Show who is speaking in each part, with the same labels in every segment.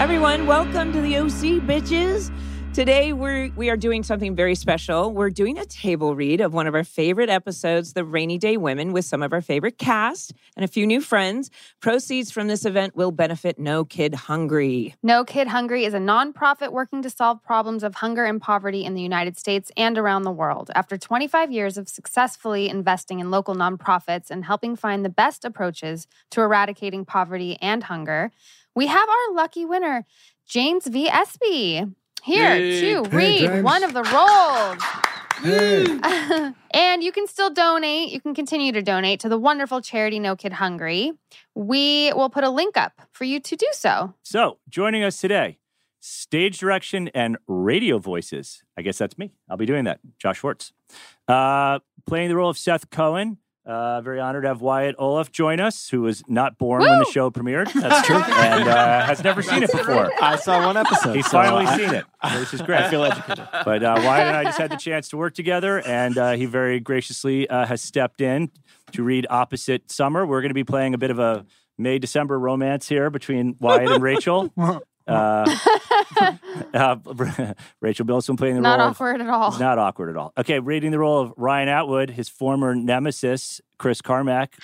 Speaker 1: everyone. Welcome to the OC bitches. Today we're we are doing something very special. We're doing a table read of one of our favorite episodes, The Rainy Day Women, with some of our favorite cast and a few new friends. Proceeds from this event will benefit No Kid Hungry.
Speaker 2: No Kid Hungry is a nonprofit working to solve problems of hunger and poverty in the United States and around the world. After 25 years of successfully investing in local nonprofits and helping find the best approaches to eradicating poverty and hunger, we have our lucky winner, James V. Espy. Here
Speaker 3: Yay.
Speaker 2: to
Speaker 4: Hey,
Speaker 2: read
Speaker 4: James.
Speaker 2: one of the rolls.
Speaker 4: Hey,
Speaker 2: and you can still donate. You can continue to donate to the wonderful charity No Kid Hungry. We will put a link up for you to do so.
Speaker 3: So, joining us today, stage direction and radio voices. I guess that's me. I'll be doing that. Josh Schwartz. Uh, playing the role of Seth Cohen. Uh, very honored to have Wyatt Olaf join us, who was not born when the
Speaker 2: Woo!
Speaker 3: show premiered. That's true. and uh, has never seen it before.
Speaker 5: I saw one episode.
Speaker 3: He's
Speaker 5: so
Speaker 3: finally
Speaker 5: I-
Speaker 3: seen it, which is great.
Speaker 5: I feel educated.
Speaker 3: But uh, Wyatt and I just had the chance to work together, and uh, he very graciously uh, has stepped in to read opposite Summer. We're going to be playing a bit of a May December romance here between Wyatt and Rachel. Uh, uh, Rachel Bilson playing the
Speaker 2: Not
Speaker 3: role
Speaker 2: awkward at
Speaker 3: of
Speaker 2: all.
Speaker 3: not awkward at all. Okay, reading the role of Ryan Atwood, his former nemesis Chris Carmack,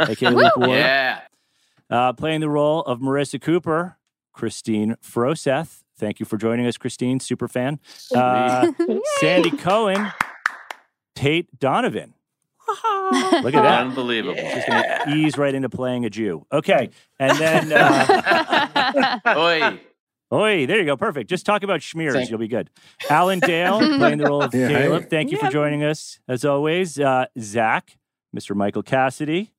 Speaker 3: aka Luke Ward,
Speaker 6: Yeah.
Speaker 3: uh, playing the role of Marissa Cooper, Christine Froseth. Thank you for joining us, Christine, super fan. Uh, Sandy Cohen, Tate Donovan. Look at that.
Speaker 6: Unbelievable.
Speaker 3: Just gonna ease right into playing a Jew. Okay, and then uh,
Speaker 6: Oi.
Speaker 3: Oi, there you go. Perfect. Just talk about schmears.
Speaker 5: Thank-
Speaker 3: You'll be good. Alan Dale playing the role of
Speaker 4: Yeah, hey.
Speaker 3: Caleb. Thank you for
Speaker 1: Yeah.
Speaker 3: joining us, as always. Uh, Zach, Mr. Michael Cassidy,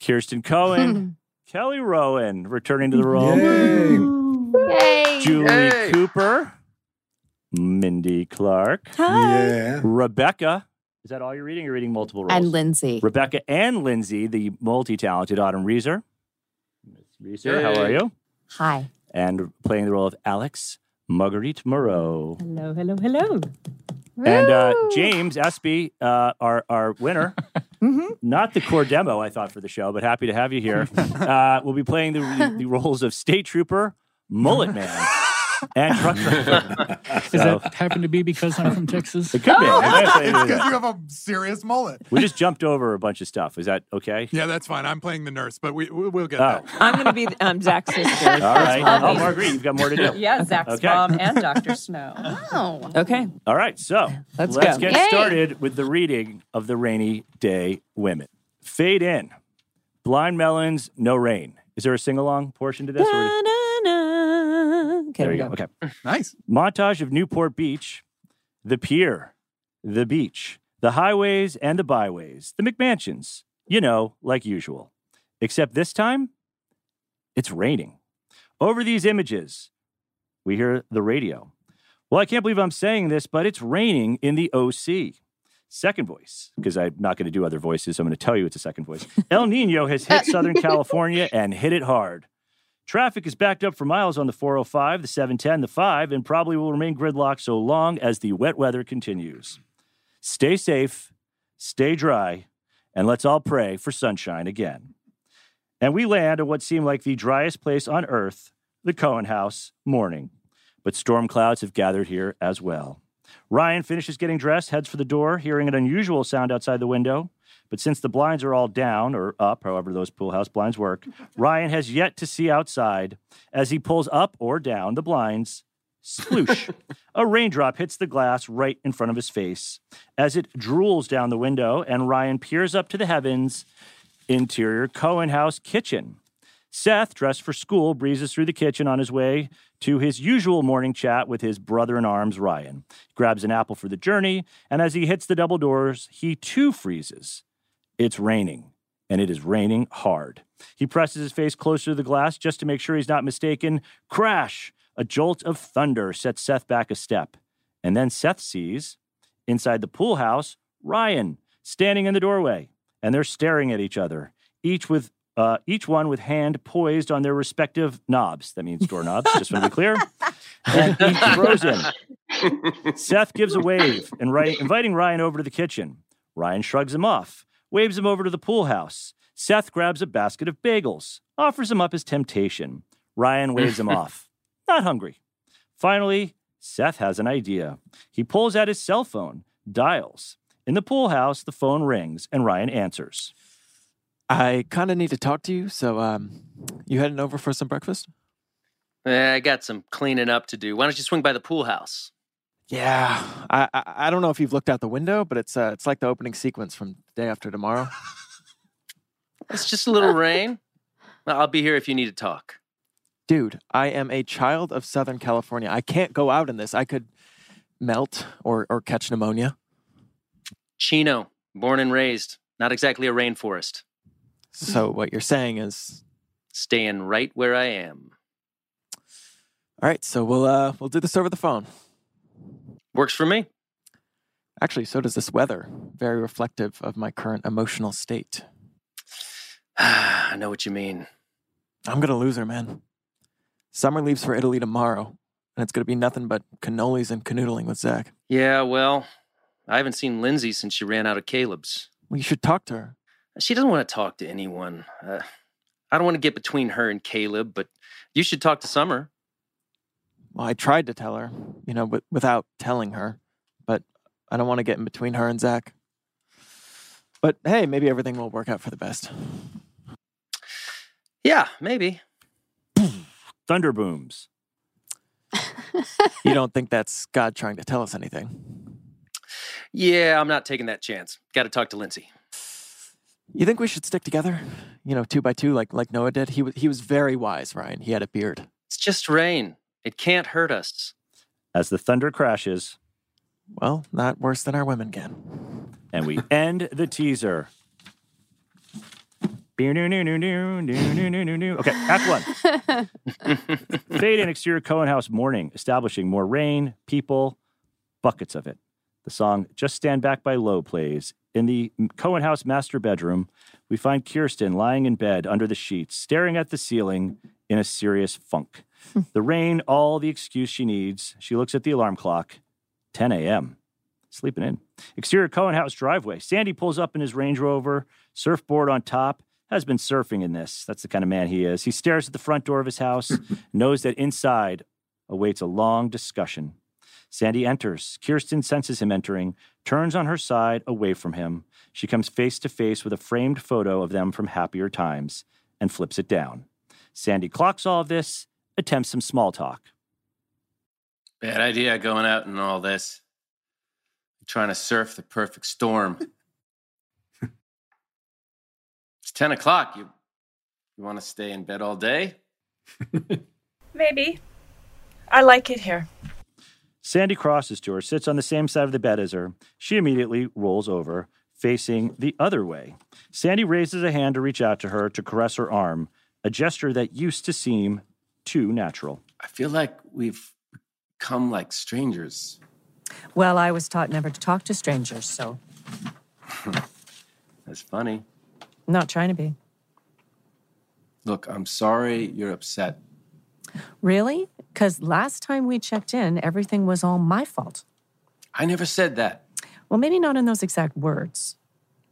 Speaker 3: Kirsten Cohen, Kelly Rowan returning to the role,
Speaker 4: Yay.
Speaker 2: Yay.
Speaker 3: Julie
Speaker 6: Hey.
Speaker 3: Cooper, Mindy Clark,
Speaker 4: Yeah.
Speaker 3: Rebecca. Is that all you're reading? You're reading multiple roles.
Speaker 7: and Lindsay.
Speaker 3: Rebecca and Lindsay, the multi talented Autumn Reeser. Miss Reeser, how
Speaker 6: Hey.
Speaker 3: are you?
Speaker 7: Hi.
Speaker 3: and playing the role of Alex Marguerite Moreau.
Speaker 7: Hello, hello, hello.
Speaker 3: And uh,
Speaker 2: Woo.
Speaker 3: James Espy, uh, our, our winner,
Speaker 8: Mm-hmm.
Speaker 1: Mhm.
Speaker 3: not the core demo I thought for the show, but happy to have you here, uh, will be playing the, the, roles of State Trooper, Mullet Man, and Truck Driver.
Speaker 9: Does
Speaker 3: So-
Speaker 9: that happen to be because I'm from Texas?
Speaker 3: It could be. I guess I
Speaker 4: It's
Speaker 3: knew
Speaker 4: because
Speaker 3: that.
Speaker 4: you have a serious mullet.
Speaker 3: We just jumped over a bunch of stuff. Is that okay?
Speaker 4: Yeah, that's fine. I'm playing the nurse, but we, we we'll get
Speaker 3: Oh,
Speaker 1: I'm going to be um, Zach's sister.
Speaker 3: all right.
Speaker 1: mom.
Speaker 3: Oh, Marguerite, you've got more to do.
Speaker 8: Yeah, Zach's
Speaker 3: Okay.
Speaker 8: mom and Dr. Snow.
Speaker 2: Oh.
Speaker 1: Okay.
Speaker 3: All right, so
Speaker 1: Let's go.
Speaker 3: get
Speaker 2: Yay.
Speaker 3: started with the reading of the Rainy Day Women. Fade in. Blind melons, no rain. Is there a sing along portion to this? or-
Speaker 1: Da-na-na. Okay,
Speaker 3: there
Speaker 1: we
Speaker 3: you
Speaker 1: go.
Speaker 3: go. Okay.
Speaker 4: that. Nice.
Speaker 3: Montage of Newport Beach, the pier, the beach, the highways and the byways, the McMansions, you know, like usual. Except this time, it's raining. Over these images, we hear the radio. Well, I can't believe I'm saying this, but it's raining in the OC. Second voice, because I'm not going to do other voices, so I'm going to tell you it's a second voice. El Nino has hit Southern California and hit it hard. Traffic is backed up for miles on the 405, the 710, the 5, and probably will remain gridlocked so long as the wet weather continues. Stay safe, stay dry, and let's all pray for sunshine again. And we land at what seemed like the driest place on earth, the Cohen House, morning. But storm clouds have gathered here as well. Ryan finishes getting dressed, heads for the door, hearing an unusual sound outside the window. But since the blinds are all down or up, however those pool house blinds work, Ryan has yet to see outside. As he pulls up or down the blinds, sploosh, a raindrop hits the glass right in front of his face. As it drools down the window, and Ryan peers up to the heavens, interior Cohen House kitchen. Seth, dressed for school, breezes through the kitchen on his way to his usual morning chat with his brother in arms, Ryan. grabs an apple for the journey, and as he hits the double doors, he too freezes. It's raining, and it is raining hard. He presses his face closer to the glass just to make sure he's not mistaken. Crash! A jolt of thunder sets Seth back a step. And then Seth sees, inside the pool house, Ryan standing in the doorway, and they're staring at each other, each with uh, each one with hand poised on their respective knobs. That means doorknobs, just want to be clear. And each frozen. Seth gives a wave and ri- inviting Ryan over to the kitchen. Ryan shrugs him off, waves him over to the pool house. Seth grabs a basket of bagels, offers him up as temptation. Ryan waves him off. Not hungry. Finally, Seth has an idea. He pulls out his cell phone, dials. In the pool house, the phone rings and Ryan answers.
Speaker 5: I kind of need to talk to you. So, um, you heading over for some breakfast?
Speaker 6: Eh, I got some cleaning up to do. Why don't you swing by the pool house?
Speaker 5: Yeah. I, I I don't know if you've looked out the window, but it's uh, it's like the opening sequence from Day After Tomorrow.
Speaker 6: It's just a little rain. Well, I'll be here if you need to talk.
Speaker 5: Dude, I am a child of Southern California. I can't go out in this. I could melt or or catch pneumonia.
Speaker 6: Chino, born and raised, not exactly a rainforest.
Speaker 5: So what you're saying is,
Speaker 6: Staying right where I am.
Speaker 5: all right. So we'll uh we'll do this over the phone.
Speaker 6: Works for me.
Speaker 5: Actually, so does this weather. Very reflective of my current emotional state.
Speaker 6: I know what you mean.
Speaker 5: I'm gonna lose her, man. Summer leaves for Italy tomorrow, and it's gonna be nothing but cannolis and canoodling with Zach.
Speaker 6: Yeah, well, I haven't seen Lindsay since she ran out of Caleb's.
Speaker 5: Well, you should talk to her.
Speaker 6: She doesn't want to talk to anyone. Uh, I don't want to get between her and Caleb, but you should talk to Summer.
Speaker 5: Well, I tried to tell her, you know, wi- without telling her, but I don't want to get in between her and Zach. But hey, maybe everything will work out for the best.
Speaker 6: Yeah, maybe.
Speaker 3: Thunder booms.
Speaker 5: You don't think that's God trying to tell us anything?
Speaker 6: Yeah, I'm not taking that chance. Got to talk to Lindsay.
Speaker 5: You think we should stick together? You know, two by two, like like Noah did. He was he was very wise, Ryan. He had a beard.
Speaker 6: It's just rain. It can't hurt us.
Speaker 3: As the thunder crashes,
Speaker 5: Well, not worse than our women can.
Speaker 3: and we end the teaser. Okay, act one. Fade in exterior Cohen House morning, establishing more rain, people, buckets of it. The song Just Stand Back by Low plays. In the Cohen House master bedroom, we find Kirsten lying in bed under the sheets, staring at the ceiling in a serious funk. the rain, all the excuse she needs. She looks at the alarm clock 10 a.m. Sleeping in. Exterior Cohen House driveway. Sandy pulls up in his Range Rover, surfboard on top. Has been surfing in this. That's the kind of man he is. He stares at the front door of his house, knows that inside awaits a long discussion. Sandy enters. Kirsten senses him entering, turns on her side away from him. She comes face to face with a framed photo of them from happier times and flips it down. Sandy clocks all of this, attempts some small talk.
Speaker 6: Bad idea going out and all this.
Speaker 7: trying to surf the perfect storm. it's 10 o'clock. You, you want to stay in bed all day?
Speaker 8: Maybe. I like it here.
Speaker 3: Sandy crosses to her, sits on the same side of the bed as her. She immediately rolls over, facing the other way. Sandy raises a hand to reach out to her to caress her arm, a gesture that used to seem too natural.
Speaker 7: I feel like we've become like strangers.
Speaker 10: Well, I was taught never to talk to strangers, so
Speaker 7: That's funny.
Speaker 10: I'm not trying to be.
Speaker 7: Look, I'm sorry you're upset.
Speaker 10: Really? Because last time we checked in, everything was all my fault.
Speaker 7: I never said that.
Speaker 10: Well, maybe not in those exact words.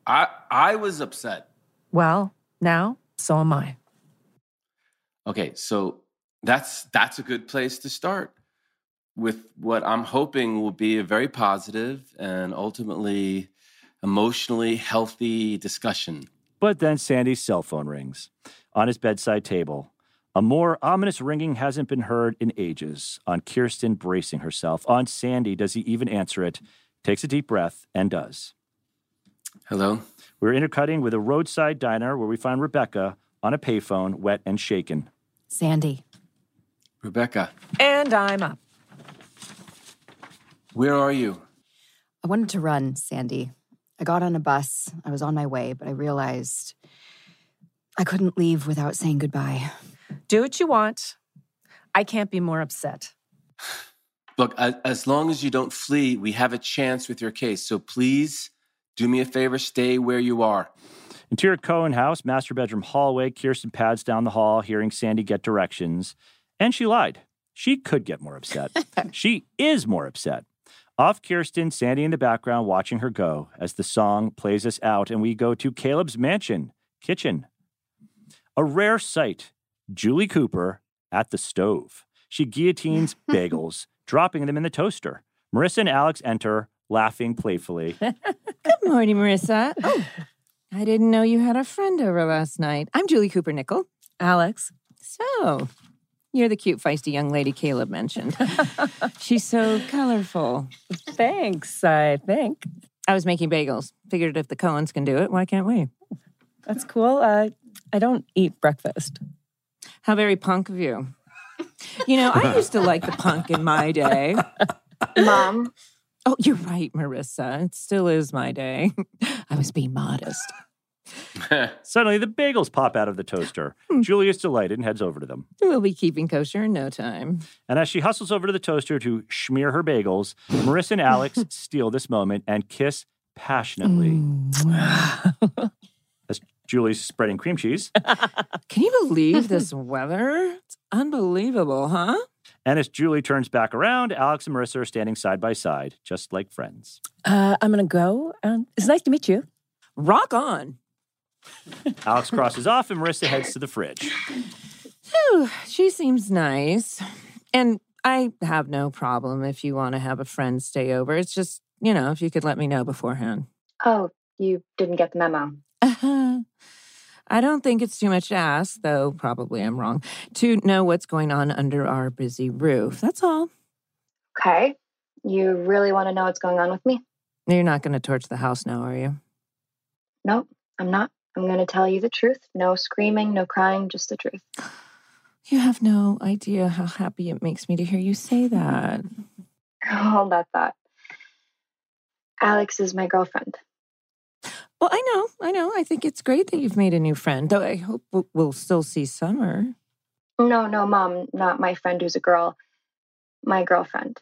Speaker 7: I, I was upset.
Speaker 10: Well, now, so am I.
Speaker 7: Okay, so that's that's a good place to start with what I'm hoping will be a very positive and ultimately emotionally healthy discussion.
Speaker 3: But then Sandy's cell phone rings on his bedside table. A more ominous ringing hasn't been heard in ages. On Kirsten bracing herself. On Sandy, does he even answer it? Takes a deep breath and does.
Speaker 7: Hello?
Speaker 3: We're intercutting with a roadside diner where we find Rebecca on a payphone, wet and shaken.
Speaker 10: Sandy.
Speaker 7: Rebecca,
Speaker 10: And I'm up.
Speaker 7: where are you?
Speaker 11: I wanted to run, Sandy. I got on a bus. I was on my way, but I realized I couldn't leave without saying goodbye.
Speaker 10: Do what you want. I can't be more upset.
Speaker 7: Look, as, as long as you don't flee, we have a chance with your case. So please do me a favor, stay where you are.
Speaker 3: Interior Cohen house, master bedroom hallway. Kirsten pads down the hall, hearing Sandy get directions. And she lied. She could get more upset. she is more upset. Off Kirsten, Sandy in the background watching her go as the song plays us out, and we go to Caleb's mansion, kitchen. A rare sight Julie Cooper at the stove. She guillotines bagels, dropping them in the toaster. Marissa and Alex enter, laughing playfully.
Speaker 1: Good morning, Marissa. Oh, I didn't know you had a friend over last night. I'm Julie Cooper Nickel. Alex. So, you're the cute, feisty young lady Caleb mentioned. She's so colorful. Thanks, I think. I was making bagels. Figured if the Cohens can do it, why can't we?
Speaker 12: That's cool. Uh, I don't eat breakfast.
Speaker 1: How very punk of you. You know, I used to like the punk in my day. Mom. Oh, you're right, Marissa. It still is my day. I was being modest.
Speaker 3: Suddenly, the bagels pop out of the toaster.
Speaker 1: Hmm.
Speaker 3: Julie is delighted and heads over to them.
Speaker 1: We'll be keeping kosher in no time.
Speaker 3: And as she hustles over to the toaster to smear her bagels, Marissa and Alex steal this moment and kiss passionately.
Speaker 1: Mm,
Speaker 3: as Julie's spreading cream cheese.
Speaker 1: Can you believe this weather? It's unbelievable, huh?
Speaker 3: And as Julie turns back around, Alex and Marissa are standing side by side, just like friends.
Speaker 12: Uh, I'm going to go. Um, it's nice to meet you.
Speaker 1: Rock on.
Speaker 3: Alex crosses off and Marissa heads to the fridge.
Speaker 1: Phew, she seems nice. And I have no problem if you want to have a friend stay over. It's just, you know, if you could let me know beforehand.
Speaker 13: Oh, you didn't get the memo.
Speaker 1: I don't think it's too much to ask, though probably I'm wrong, to know what's going on under our busy roof. That's all.
Speaker 13: Okay. You really want to know what's going on with me?
Speaker 1: You're not going to torch the house now, are you?
Speaker 13: Nope, I'm not. I'm going to tell you the truth. No screaming, no crying, just the truth.
Speaker 1: You have no idea how happy it makes me to hear you say that.
Speaker 13: Hold that thought. Alex is my girlfriend.
Speaker 1: Well, I know, I know. I think it's great that you've made a new friend, though I hope w- we'll still see summer.
Speaker 13: No, no, mom, not my friend who's a girl. My girlfriend.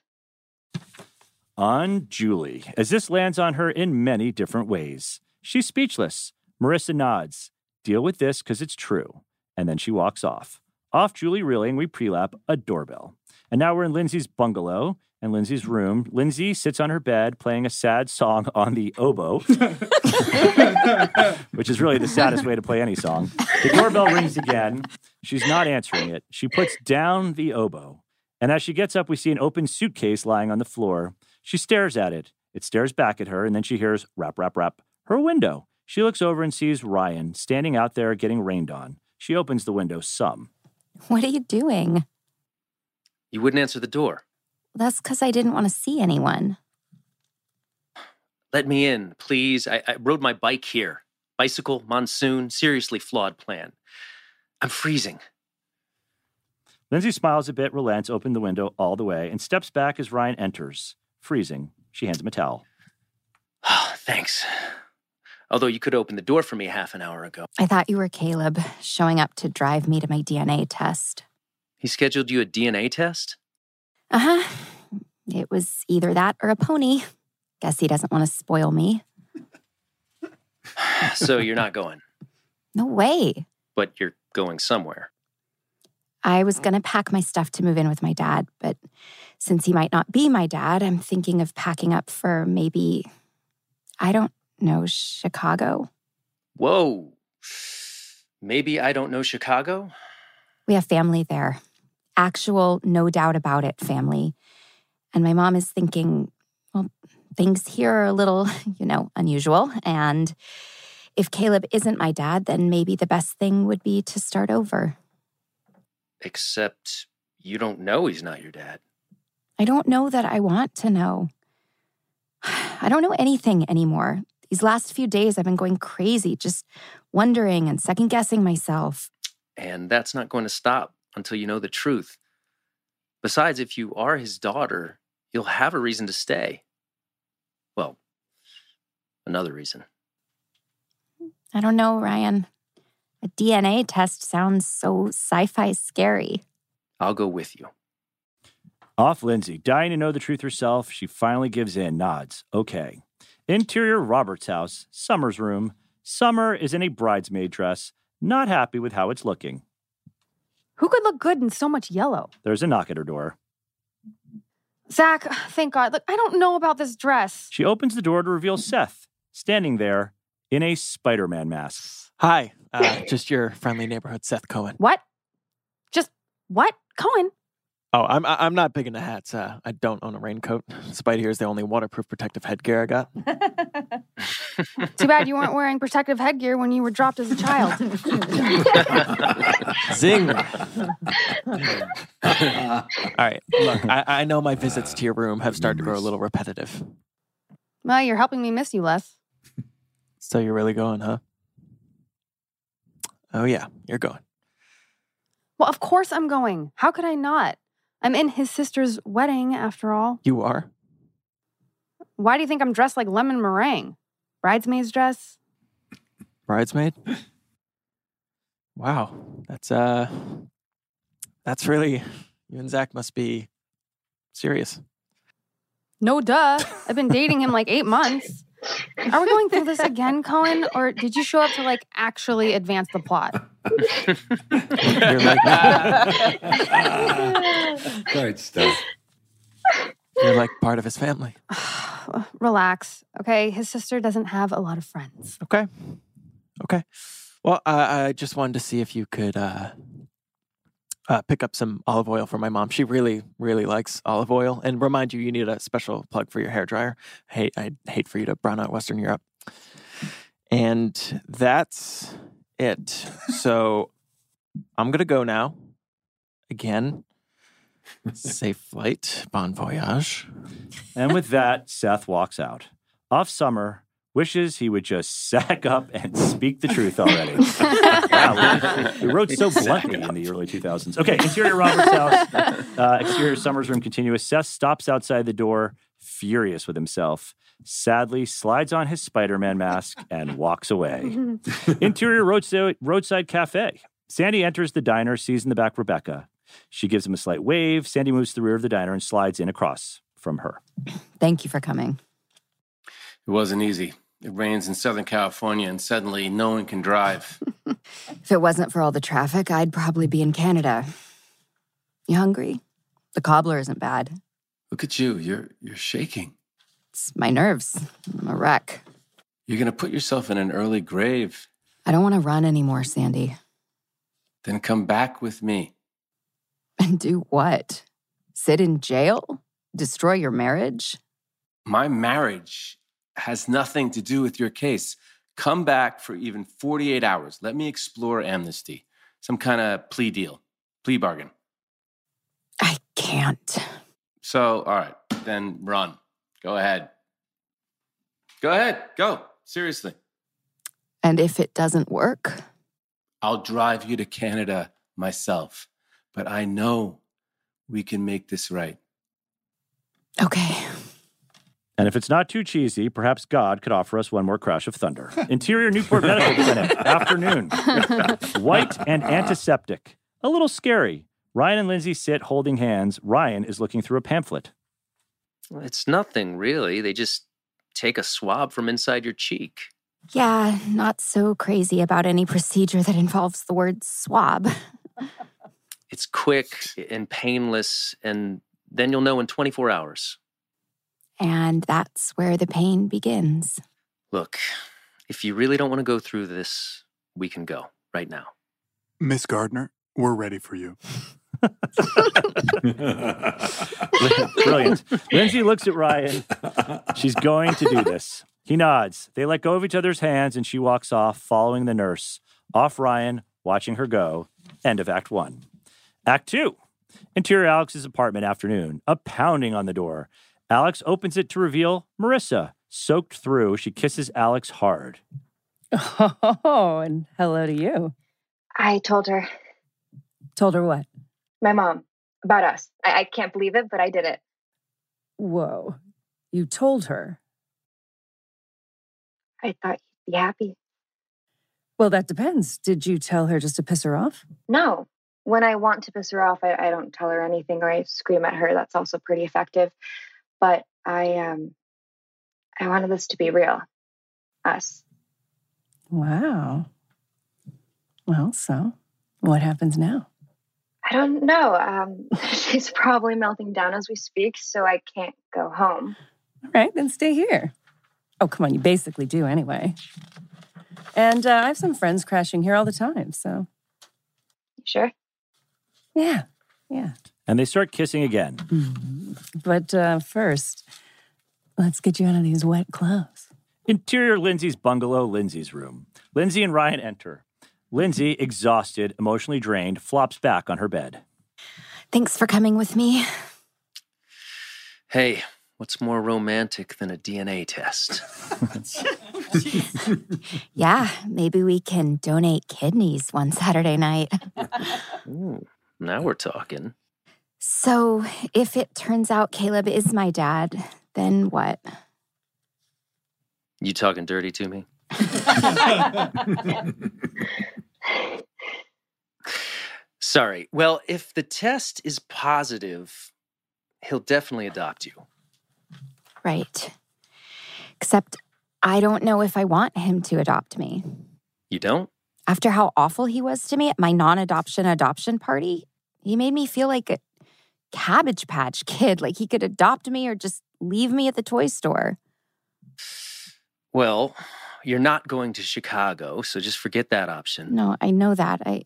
Speaker 3: on Julie, as this lands on her in many different ways. She's speechless. Marissa nods, deal with this because it's true. And then she walks off. Off Julie reeling, we prelap a doorbell. And now we're in Lindsay's bungalow and Lindsay's room. Lindsay sits on her bed playing a sad song on the oboe, which is really the saddest way to play any song. The doorbell rings again. She's not answering it. She puts down the oboe. And as she gets up, we see an open suitcase lying on the floor. She stares at it. It stares back at her, and then she hears rap, rap, rap. Her window. She looks over and sees Ryan standing out there getting rained on. She opens the window some.
Speaker 11: What are you doing?
Speaker 6: You wouldn't answer the door.
Speaker 11: That's because I didn't want to see anyone.
Speaker 6: Let me in, please. I, I rode my bike here. Bicycle, monsoon, seriously flawed plan. I'm freezing.
Speaker 3: Lindsay smiles a bit, relents, opens the window all the way, and steps back as Ryan enters. Freezing, she hands him a towel.
Speaker 6: Thanks. Although you could open the door for me half an hour ago.
Speaker 11: I thought you were Caleb showing up to drive me to my DNA test.
Speaker 6: He scheduled you a DNA test?
Speaker 11: Uh huh. It was either that or a pony. Guess he doesn't want to spoil me.
Speaker 6: so you're not going,
Speaker 11: No way.
Speaker 6: but you're going somewhere.
Speaker 11: I was going to pack my stuff to move in with my dad, but since he might not be my dad, I'm thinking of packing up for maybe, I don't know, Chicago.
Speaker 6: Whoa. Maybe I don't know Chicago?
Speaker 11: We have family there, actual, no doubt about it family. And my mom is thinking, well, things here are a little, you know, unusual. And if Caleb isn't my dad, then maybe the best thing would be to start over.
Speaker 6: Except you don't know he's not your dad.
Speaker 11: I don't know that I want to know. I don't know anything anymore. These last few days, I've been going crazy, just wondering and second guessing myself.
Speaker 6: And that's not going to stop until you know the truth. Besides, if you are his daughter, you'll have a reason to stay. Well, another reason.
Speaker 11: I don't know, Ryan. A DNA test sounds so sci fi scary.
Speaker 6: I'll go with you.
Speaker 3: Off Lindsay, dying to know the truth herself, she finally gives in, nods, okay. Interior Robert's house, Summer's room. Summer is in a bridesmaid dress, not happy with how it's looking.
Speaker 2: Who could look good in so much yellow?
Speaker 3: There's a knock at her door.
Speaker 2: Zach, thank God. Look, I don't know about this dress.
Speaker 3: She opens the door to reveal Seth, standing there in a Spider Man mask.
Speaker 5: Hi, uh, just your friendly neighborhood Seth Cohen.
Speaker 2: What? Just What? Cohen?
Speaker 5: Oh, I'm I- I'm not big into hats. Uh, I don't own a raincoat. Spidey here is the only waterproof protective headgear I got.
Speaker 2: Too bad you weren't wearing protective headgear when you were dropped as a child.
Speaker 5: Zing! All right, look, I, I know my visits to your room have started to grow a little repetitive.
Speaker 2: well, you're helping me miss you less.
Speaker 5: So you're really going, huh? Oh yeah, you're going.
Speaker 2: Well, of course I'm going. How could I not? I'm in his sister's wedding, after all.
Speaker 5: You are.
Speaker 2: Why do you think I'm dressed like lemon meringue? Bridesmaid's dress?
Speaker 5: bridesmaid wow that's uh that's really you and zach must be serious
Speaker 2: No duh. I've been dating him like eight months. Are we going through this again, Cohen? Or did you show up to like actually advance the plot?
Speaker 5: you're like
Speaker 14: Great stuff.
Speaker 5: you're like part of his family
Speaker 2: Relax, okay? His sister doesn't have a lot of friends.
Speaker 5: Okay. okay well uh, i, I just wanted to see if you could uh uh, pick up some olive oil for my mom. She really, really likes olive oil. And remind you, you need a special plug for your hair dryer. I hate, I hate for you to brown out Western Europe. And that's it. So I'm gonna go now. Again, safe flight, bon voyage.
Speaker 3: And with that, Seth walks out. Off summer wishes he would just sack up and speak the truth already. wow, we, we wrote so bluntly in the early 2000s. Okay, interior Robert's house, uh, exterior Summer's room continuous. Seth stops outside the door, furious with himself. Sadly, slides on his Spider-Man mask and walks away. Interior roadside, roadside cafe. Sandy enters the diner, sees in the back Rebecca. She gives him a slight wave. Sandy moves to the rear of the diner and slides in across from her.
Speaker 11: Thank you for coming.
Speaker 7: It wasn't easy. It rains in Southern California, and suddenly no one can drive.
Speaker 11: If it wasn't for all the traffic, I'd probably be in Canada. You hungry? The cobbler isn't bad.
Speaker 7: Look at you. You're you're shaking.
Speaker 11: It's my nerves. I'm a wreck.
Speaker 7: You're gonna put yourself in an early grave.
Speaker 11: I don't want to run anymore, Sandy.
Speaker 7: Then come back with me.
Speaker 11: And do what? Sit in jail? Destroy your marriage?
Speaker 7: My marriage has nothing to do with your case. Come back for even 48 hours. Let me explore amnesty, some kind of plea deal, plea bargain.
Speaker 11: I can't.
Speaker 7: So, all right, then run. Go ahead. Go ahead. Go. Seriously.
Speaker 11: And if it doesn't work,
Speaker 7: I'll drive you to Canada myself, but I know we can make this right.
Speaker 11: Okay.
Speaker 3: And if it's not too cheesy, perhaps God could offer us one more crash of thunder. Interior Newport Medical Clinic, afternoon. White and antiseptic. A little scary. Ryan and Lindsay sit holding hands. Ryan is looking through a pamphlet.
Speaker 6: Well, It's nothing really. They just take a swab from inside your cheek.
Speaker 11: yeah, not so crazy about any procedure that involves the word swab.
Speaker 6: It's quick and painless, and then you'll know in 24 hours.
Speaker 11: And that's where the pain begins.
Speaker 6: Look, if you really don't want to go through this, we can go right now.
Speaker 4: Miss Gardner, we're ready for you.
Speaker 3: Brilliant. Lindsay looks at Ryan. She's going to do this. He nods. They let go of each other's hands and she walks off, following the nurse. Off Ryan, watching her go. End of Act One. Act Two Interior Alex's apartment afternoon. A pounding on the door. Alex opens it to reveal Marissa. Soaked through, she kisses Alex hard.
Speaker 12: Oh, and hello to you.
Speaker 13: I told her,
Speaker 12: Told her what?
Speaker 13: my mom, about us. I, I can't believe it, but I did it.
Speaker 12: Whoa. You told her.
Speaker 13: I thought you'd be happy.
Speaker 12: Well, that depends. Did you tell her just to piss her off?
Speaker 13: No. When I want to piss her off, I, I don't tell her anything or I scream at her. That's also pretty effective. But I um I wanted this to be real. Us.
Speaker 12: Wow. Well, so what happens now?
Speaker 13: I don't know. Um, she's probably melting down as we speak, so I can't go home.
Speaker 12: All right, then stay here. Oh, come on, you basically do anyway. And uh, I have some friends crashing here all the time, so.
Speaker 13: You sure?
Speaker 12: Yeah, Yeah.
Speaker 3: And they start kissing again.
Speaker 12: But uh, first, let's get you out of these wet clothes.
Speaker 3: Interior Lindsay's bungalow, Lindsay's room. Lindsay and Ryan enter. Lindsay, exhausted, emotionally drained, flops back on her bed.
Speaker 11: Thanks for coming with me.
Speaker 6: Hey, what's more romantic than a DNA test?
Speaker 11: Yeah, maybe we can donate kidneys one Saturday night.
Speaker 6: Ooh, now we're talking.
Speaker 11: So, if it turns out Caleb is my dad, then what?
Speaker 6: You talking dirty to me? Sorry. Well, if the test is positive, he'll definitely adopt you.
Speaker 11: Right. Except I don't know if I want him to adopt me.
Speaker 6: You don't?
Speaker 11: After how awful he was to me at my non adoption adoption party, he made me feel like a cabbage patch kid, like he could adopt me or just leave me at the toy store.
Speaker 6: Well, you're not going to Chicago, so just forget that option.
Speaker 11: No, I know that. I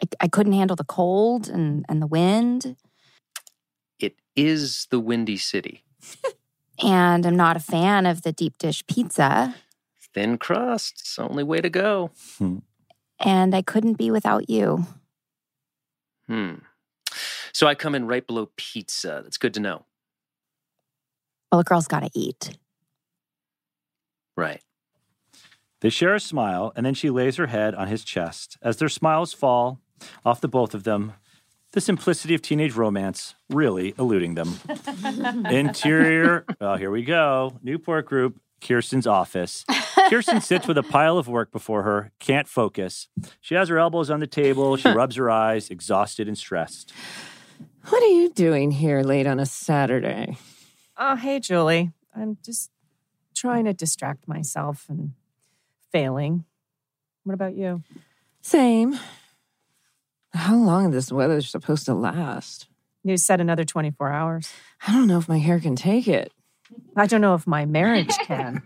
Speaker 11: I, I couldn't handle the cold and, and the wind,
Speaker 6: It is the Windy City.
Speaker 11: and I'm not a fan of the deep dish pizza,
Speaker 6: Thin crust. It's the only way to go.
Speaker 11: and I couldn't be without you.
Speaker 6: Hmm. So I come in right below pizza. That's good to know.
Speaker 11: Well, a girl's gotta eat.
Speaker 6: Right.
Speaker 3: They share a smile, and then she lays her head on his chest. As their smiles fall off the both of them, the simplicity of teenage romance really eluding them. Interior, oh, here we go. Newport Group, Kirsten's office. Kirsten sits with a pile of work before her, can't focus. She has her elbows on the table. She rubs her eyes, exhausted and stressed.
Speaker 1: What are you doing here late on a Saturday?
Speaker 10: Oh, hey, Julie. I'm just trying to distract myself and failing. What about you?
Speaker 1: Same. How long is this weather supposed to last?
Speaker 10: You said another 24 hours.
Speaker 1: I don't know if my hair can take it.
Speaker 10: I don't know if my marriage can.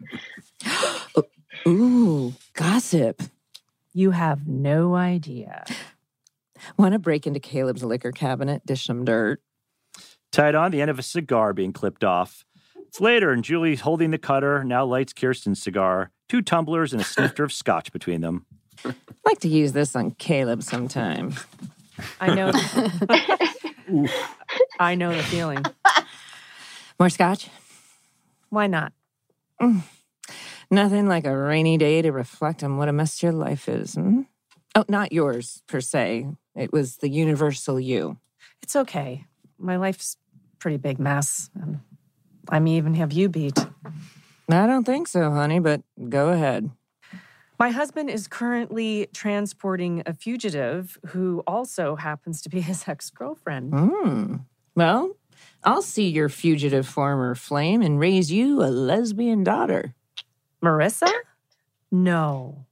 Speaker 1: Ooh, gossip.
Speaker 10: You have no idea.
Speaker 1: Want to break into Caleb's liquor cabinet, dish some dirt?
Speaker 3: Tied on the end of a cigar being clipped off. It's later, and Julie's holding the cutter, now lights Kirsten's cigar, two tumblers, and a snifter of scotch between them.
Speaker 1: like to use this on Caleb sometime.
Speaker 10: I know. I know the feeling.
Speaker 1: More scotch? Mm.
Speaker 10: Why not?
Speaker 1: Nothing like a rainy day to reflect on what a mess your life is. hmm? Oh, not yours per se. It was the universal you.
Speaker 10: It's okay. My life's pretty big mess. And I may even have you beat.
Speaker 1: I don't think so, honey, but go ahead.
Speaker 10: My husband is currently transporting a fugitive who also happens to be his ex girlfriend.
Speaker 1: Hmm. Well, I'll see your fugitive former flame and raise you a lesbian daughter.
Speaker 10: Marissa? No.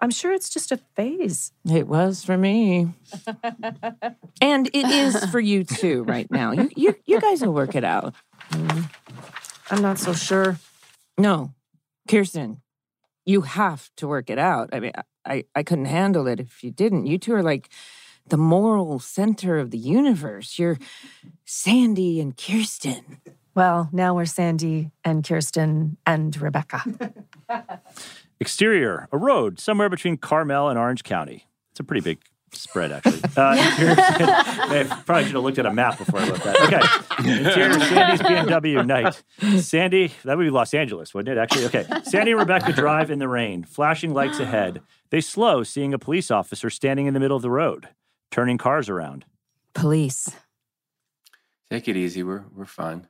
Speaker 10: I'm sure it's just a phase.
Speaker 1: It was for me. and it is for you too right now. You, you, you guys will work it out.
Speaker 10: I'm not so sure.
Speaker 1: No, Kirsten, you have to work it out. I mean, I, I couldn't handle it if you didn't. You two are like the moral center of the universe. You're Sandy and Kirsten.
Speaker 10: Well, now we're Sandy and Kirsten and Rebecca.
Speaker 3: Exterior, a road somewhere between Carmel and Orange County. It's a pretty big spread, actually. Uh, interior, I probably should have looked at a map before I wrote that. Okay. Interior, Sandy's BMW night. Sandy, that would be Los Angeles, wouldn't it? Actually, okay. Sandy and Rebecca drive in the rain, flashing lights ahead. They slow, seeing a police officer standing in the middle of the road, turning cars around.
Speaker 11: Police.
Speaker 7: Take it easy. We're we're fine.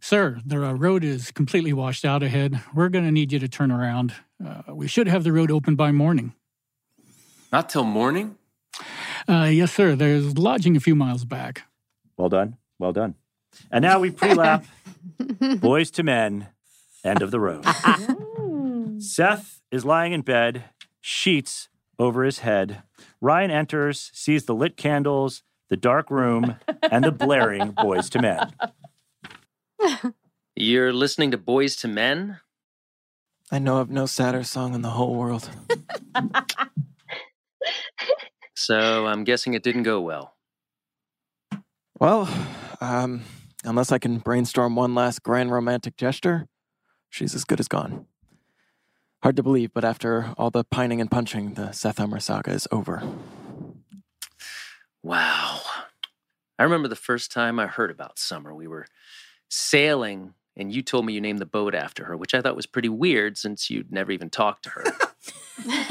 Speaker 9: Sir, the uh, road is completely washed out ahead. We're going to need you to turn around. Uh, we should have the road open by morning.
Speaker 7: Not till morning.
Speaker 9: Uh, yes, sir. There's lodging a few miles back.
Speaker 3: Well done. Well done. And now we pre lap Boys to Men, End of the Road. Seth is lying in bed, sheets over his head. Ryan enters, sees the lit candles, the dark room, and the blaring Boys to Men.
Speaker 6: You're listening to Boys to Men?
Speaker 5: I know of no sadder song in the whole world.
Speaker 6: So I'm guessing it didn't go well.
Speaker 5: Well, um, unless I can brainstorm one last grand romantic gesture, she's as good as gone. Hard to believe, but after all the pining and punching, the Sethammer saga is over.
Speaker 6: Wow. I remember the first time I heard about Summer. We were sailing, and you told me you named the boat after her, which I thought was pretty weird since you'd never even talked to her.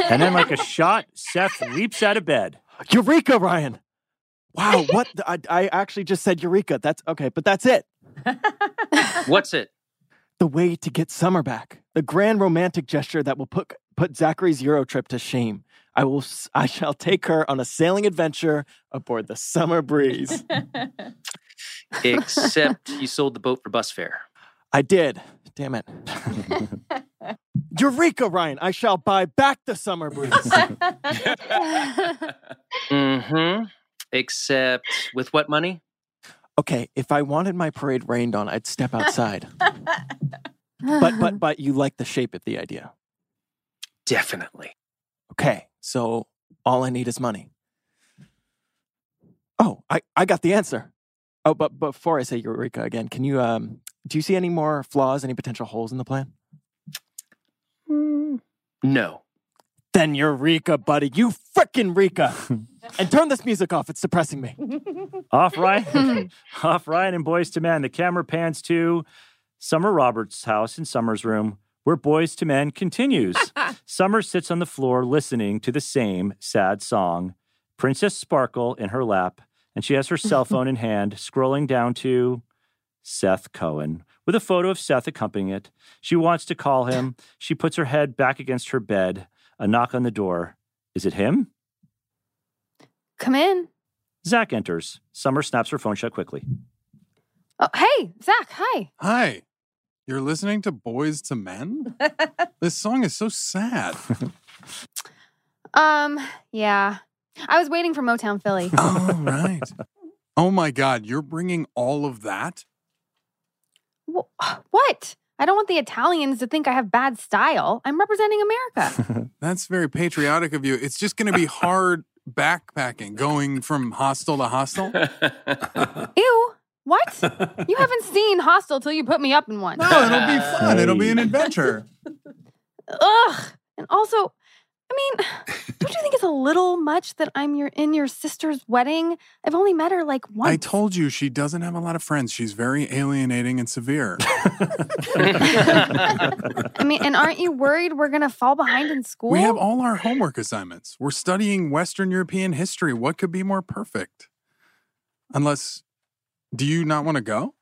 Speaker 3: And then, like a shot, Seth leaps out of bed.
Speaker 5: Eureka, Ryan! Wow, what? The, I, I actually just said Eureka. That's okay, but that's it.
Speaker 6: What's it?
Speaker 5: The way to get summer back. The grand romantic gesture that will put put Zachary's Euro trip to shame. I will. s- I shall take her on a sailing adventure aboard the summer breeze.
Speaker 6: Except you sold the boat for bus fare.
Speaker 5: I did. Damn it. Eureka, Ryan! I shall buy back the summer breeze.
Speaker 6: Mm-hmm. Except with what money?
Speaker 5: okay, if I wanted my parade rained on, I'd step outside. but but but you like the shape of the idea.
Speaker 6: Definitely.
Speaker 5: Okay, so all I need is money. Oh, I, I got the answer. Oh, but before I say Eureka again, can you um do you see any more flaws, any potential holes in the plan?
Speaker 6: No.
Speaker 5: Then Eureka, buddy. You frickin' Rika. and turn this music off. It's depressing me.
Speaker 3: Off Ryan, off Ryan and Boys to Men. The camera pans to Summer Roberts' house in Summer's room, where Boys to Men continues. Summer sits on the floor listening to the same sad song, Princess Sparkle in her lap, and she has her cell phone in hand, scrolling down to Seth Cohen with a photo of Seth accompanying it. She wants to call him. She puts her head back against her bed. A knock on the door. Is it him?
Speaker 2: Come in.
Speaker 3: Zach enters. Summer snaps her phone shut quickly.
Speaker 2: Oh, hey, Zach. Hi.
Speaker 4: Hi. You're listening to Boys to Men? this song is so sad.
Speaker 2: Um, yeah. I was waiting for Motown Philly.
Speaker 4: All right. Oh my God, you're bringing all of that?
Speaker 2: what? I don't want the Italians to think I have bad style. I'm representing America.
Speaker 4: That's very patriotic of you. It's just going to be hard backpacking, going from hostel to hostel.
Speaker 2: Ew. What? You haven't seen Hostel till you put me up in one.
Speaker 4: No, it'll be fun. It'll be an adventure.
Speaker 2: Ugh. And also, I mean, don't you think it's a little much that I'm your in your sister's wedding? I've only met her like once.
Speaker 4: I told you she doesn't have a lot of friends. She's very alienating and severe.
Speaker 2: I mean, and aren't you worried we're gonna fall behind in school?
Speaker 4: We have all our homework assignments. We're studying Western European history. What could be more perfect? Unless, do you not want to go?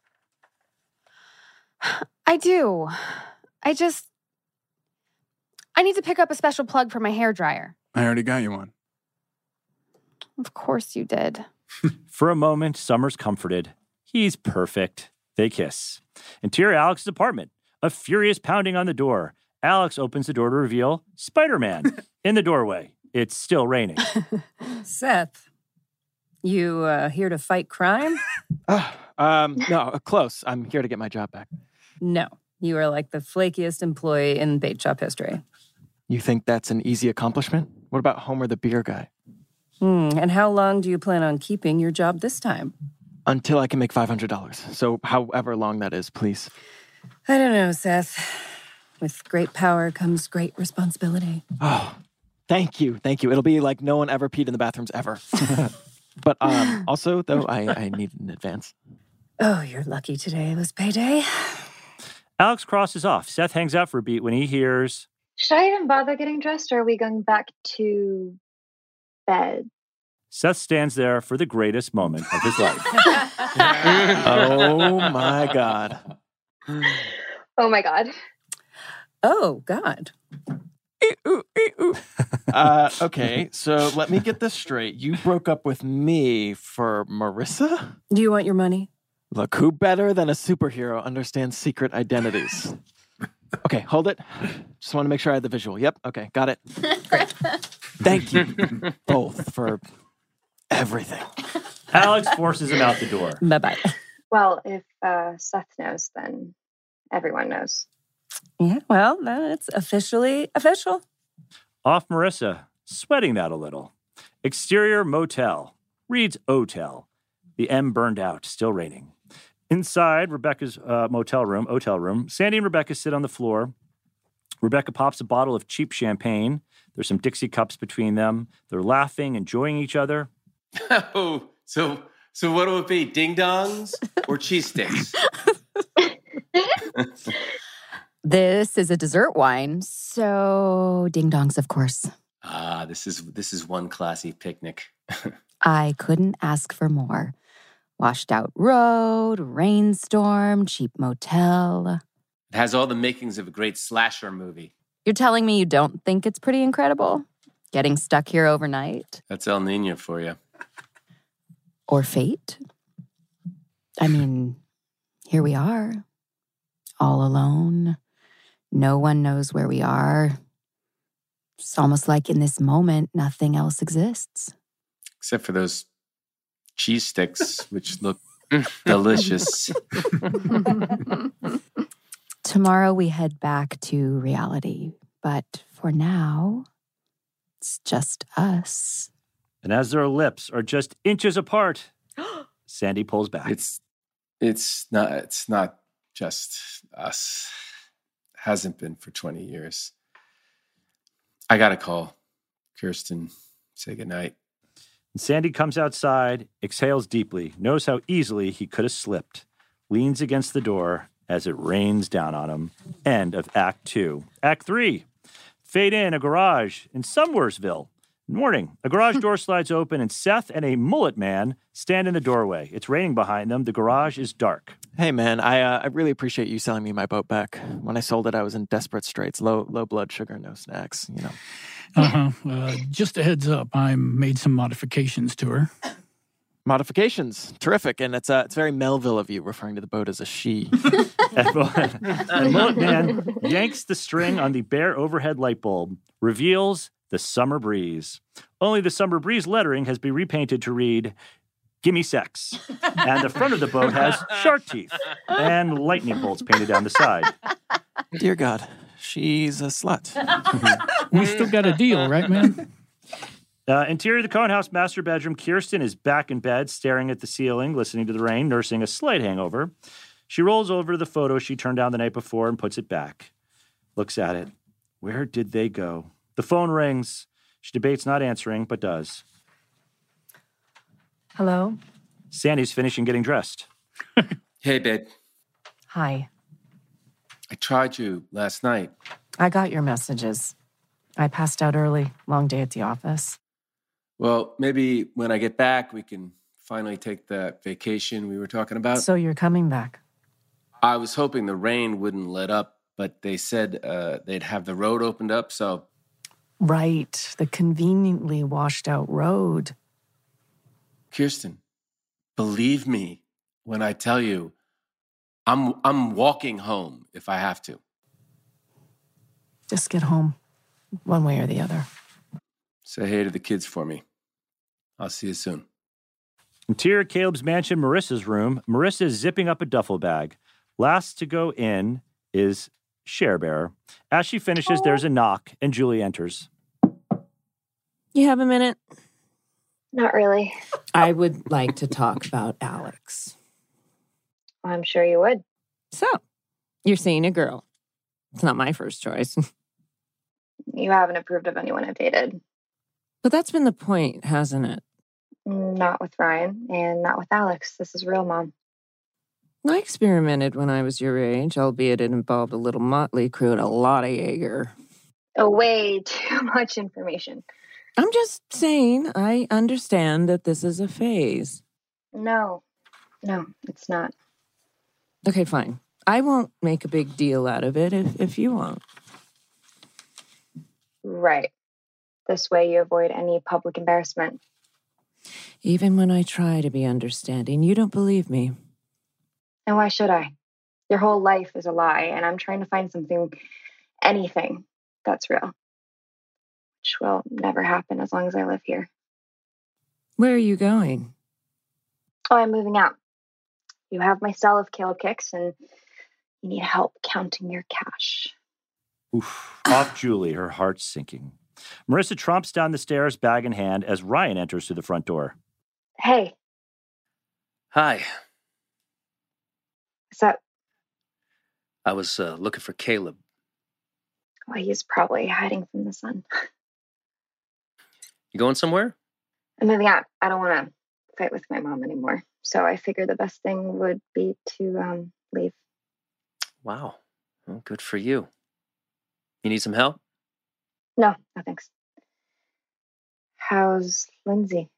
Speaker 2: I do. I just I need to pick up a special plug for my hair dryer.
Speaker 4: I already got you one.
Speaker 2: Of course you did.
Speaker 3: For a moment, Summer's comforted. He's perfect. They kiss. Interior Alex's apartment. A furious pounding on the door. Alex opens the door to reveal Spider Man in the doorway. It's still raining.
Speaker 12: Seth, you uh, here to fight crime?
Speaker 5: Um, no, uh, close. I'm here to get my job back.
Speaker 12: No, you are like the flakiest employee in bait shop history.
Speaker 5: You think that's an easy accomplishment? What about Homer the beer guy?
Speaker 12: Hmm. And how long do you plan on keeping your job this time?
Speaker 5: Until I can make $500. So, however long that is, please.
Speaker 12: I don't know, Seth. With great power comes great responsibility.
Speaker 5: Oh, thank you. Thank you. It'll be like no one ever peed in the bathrooms ever. but um, also, though, I, I need an advance.
Speaker 12: Oh, you're lucky today was payday.
Speaker 3: Alex crosses off. Seth hangs out for a beat when he hears
Speaker 13: Should I even bother getting dressed or are we going back to bed?
Speaker 3: Seth stands there for the greatest moment of his life.
Speaker 5: oh my God.
Speaker 13: Oh my God.
Speaker 12: Oh, God.
Speaker 5: Uh, okay, so let me get this straight. You broke up with me for Marissa?
Speaker 12: Do you want your money?
Speaker 5: Look, who better than a superhero understands secret identities? Okay, hold it. Just want to make sure I had the visual. Yep. Okay, got it. Thank you both for everything.
Speaker 3: Alex forces him out the door.
Speaker 12: Bye bye.
Speaker 13: Well, if uh, Seth knows, then everyone knows.
Speaker 12: Yeah, well, then it's officially official.
Speaker 3: Off Marissa, sweating that a little. Exterior motel, reads Otel. The M burned out, still raining. Inside Rebecca's uh, motel room, hotel room, Sandy and Rebecca sit on the floor. Rebecca pops a bottle of cheap champagne. There's some Dixie cups between them. They're laughing, enjoying each other.
Speaker 7: Oh, so so what will it be? Ding dongs or cheese sticks?
Speaker 11: This is a dessert wine, so ding dongs, of course.
Speaker 7: Ah, this is this is one classy picnic.
Speaker 11: I couldn't ask for more. Washed out road, rainstorm, cheap motel.
Speaker 7: It has all the makings of a great slasher movie.
Speaker 11: You're telling me you don't think it's pretty incredible? Getting stuck here overnight?
Speaker 7: That's El Nino for you.
Speaker 11: Or fate? I mean, here we are, all alone. No one knows where we are. It's almost like in this moment, nothing else exists.
Speaker 7: Except for those cheese sticks, which look delicious.
Speaker 11: Tomorrow we head back to reality, but for now, it's just us.
Speaker 3: And as their lips are just inches apart, Sandy pulls back.
Speaker 7: It's It's not it's not just us. Hasn't been for 20 years. I got a call. Kirsten, say goodnight.
Speaker 3: And Sandy comes outside, exhales deeply, knows how easily he could have slipped, leans against the door as it rains down on him. End of Act Two. Act Three fade in a garage in Somersville. Morning. A garage door slides open, and Seth and a mullet man stand in the doorway. It's raining behind them. The garage is dark.
Speaker 5: Hey man, I uh, I really appreciate you selling me my boat back. When I sold it, I was in desperate straits. Low low blood sugar, no snacks. You know.
Speaker 9: Uh-huh. Uh, just a heads up, I made some modifications to her.
Speaker 5: Modifications, terrific, and it's uh, it's very Melville of you referring to the boat as a she.
Speaker 3: and Mullet Man yanks the string on the bare overhead light bulb, reveals the summer breeze. Only the summer breeze lettering has been repainted to read, Gimme Sex. And the front of the boat has shark teeth and lightning bolts painted down the side.
Speaker 5: Dear God, she's a slut.
Speaker 9: We still got a deal, right, man?
Speaker 3: Uh, interior of the Cohen House master bedroom, Kirsten is back in bed, staring at the ceiling, listening to the rain, nursing a slight hangover. She rolls over to the photo she turned down the night before and puts it back. Looks at it. Where did they go? The phone rings. She debates not answering, but does.
Speaker 10: Hello.
Speaker 3: Sandy's finishing getting dressed.
Speaker 7: Hey babe,
Speaker 10: Hi.
Speaker 7: I tried you last night.
Speaker 10: I got your messages. I passed out early. Long day at the office.
Speaker 7: Well, maybe when I get back we can finally take that vacation we were talking about.
Speaker 10: so you're coming back.
Speaker 7: I was hoping the rain wouldn't let up, but they said uh, they'd have the road opened up, so
Speaker 10: Right. The conveniently washed out road.
Speaker 7: Kirsten, believe me when I tell you, I'm I'm walking home if I have to.
Speaker 10: Just get home, one way or the other.
Speaker 7: Say hey to the kids for me. I'll see you soon.
Speaker 3: Interior Caleb's mansion, Marissa's room. Marissa is zipping up a duffel bag. Last to go in is Sharebearer. As she finishes, there's a knock, and Julie enters.
Speaker 1: You have a minute?
Speaker 13: Not really.
Speaker 14: I would like to talk about Alex.
Speaker 13: I'm sure you would.
Speaker 1: So, you're seeing a girl. It's not my first choice.
Speaker 13: You haven't approved of anyone I've dated.
Speaker 1: but that's been the point, hasn't it?
Speaker 13: Not with Ryan and not with Alex. This is real, Mom.
Speaker 1: I experimented when I was your age, albeit it involved a little motley crew and a lot of Jaeger.
Speaker 13: Oh, way too much information.
Speaker 1: I'm just saying, I understand that this is a phase.
Speaker 13: No, no, it's not.
Speaker 1: Okay, fine. I won't make a big deal out of it if, if you won't.
Speaker 13: Right. This way you avoid any public embarrassment.
Speaker 1: Even when I try to be understanding, you don't believe me.
Speaker 13: And why should I? Your whole life is a lie, and I'm trying to find something, anything that's real, which will never happen as long as I live here.
Speaker 1: Where are you going?
Speaker 13: Oh, I'm moving out. You have my cell if Caleb kicks, and you need help counting your cash.
Speaker 3: Oof. Off Julie, her heart sinking. Marissa tromps down the stairs, bag in hand, as Ryan enters through the front door.
Speaker 13: Hey,
Speaker 6: Hi,
Speaker 13: Is that
Speaker 6: I was uh, looking for Caleb.
Speaker 13: why he's probably hiding from the sun?
Speaker 6: You going somewhere?
Speaker 13: I'm moving out. I don't want to fight with my mom anymore. So I figure the best thing would be to um, leave.
Speaker 6: Wow. Well, good for you. You need some help?
Speaker 13: No, no thanks. How's Lindsay?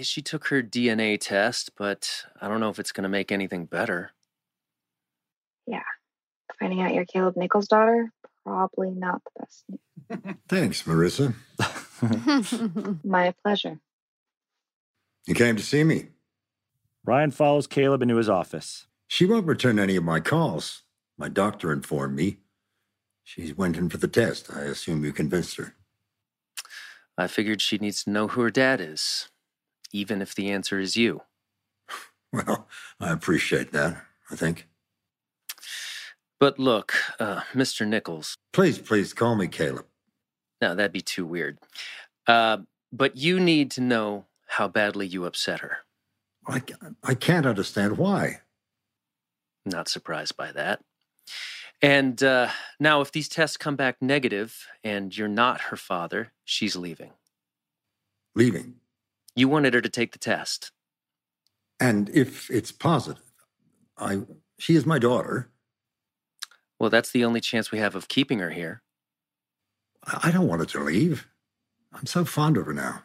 Speaker 6: She took her DNA test, but I don't know if it's going to make anything better.
Speaker 13: Yeah. Finding out you're Caleb Nichols' daughter? Probably not the best
Speaker 15: Thanks, Marissa.
Speaker 13: news. my pleasure.
Speaker 15: You came to see me.
Speaker 3: Ryan follows Caleb into his office.
Speaker 15: She won't return any of my calls. My doctor informed me. She went in for the test. I assume you convinced her.
Speaker 6: I figured she needs to know who her dad is, even if the answer is you.
Speaker 15: Well, I appreciate that, I think.
Speaker 6: But look, uh, Mr. Nichols,
Speaker 15: Please, please call me Caleb.
Speaker 6: no, that'd be too weird. Uh, but you need to know how badly you upset her.
Speaker 15: I, ca- I can't understand why.
Speaker 6: Not surprised by that. And uh, now, if these tests come back negative and you're not her father, she's leaving.
Speaker 15: Leaving.
Speaker 6: You wanted her to take the test.
Speaker 15: And if it's positive, I she is my daughter.
Speaker 6: Well, that's the only chance we have of keeping her here.
Speaker 15: I I don't want her to leave. I'm so fond of her now.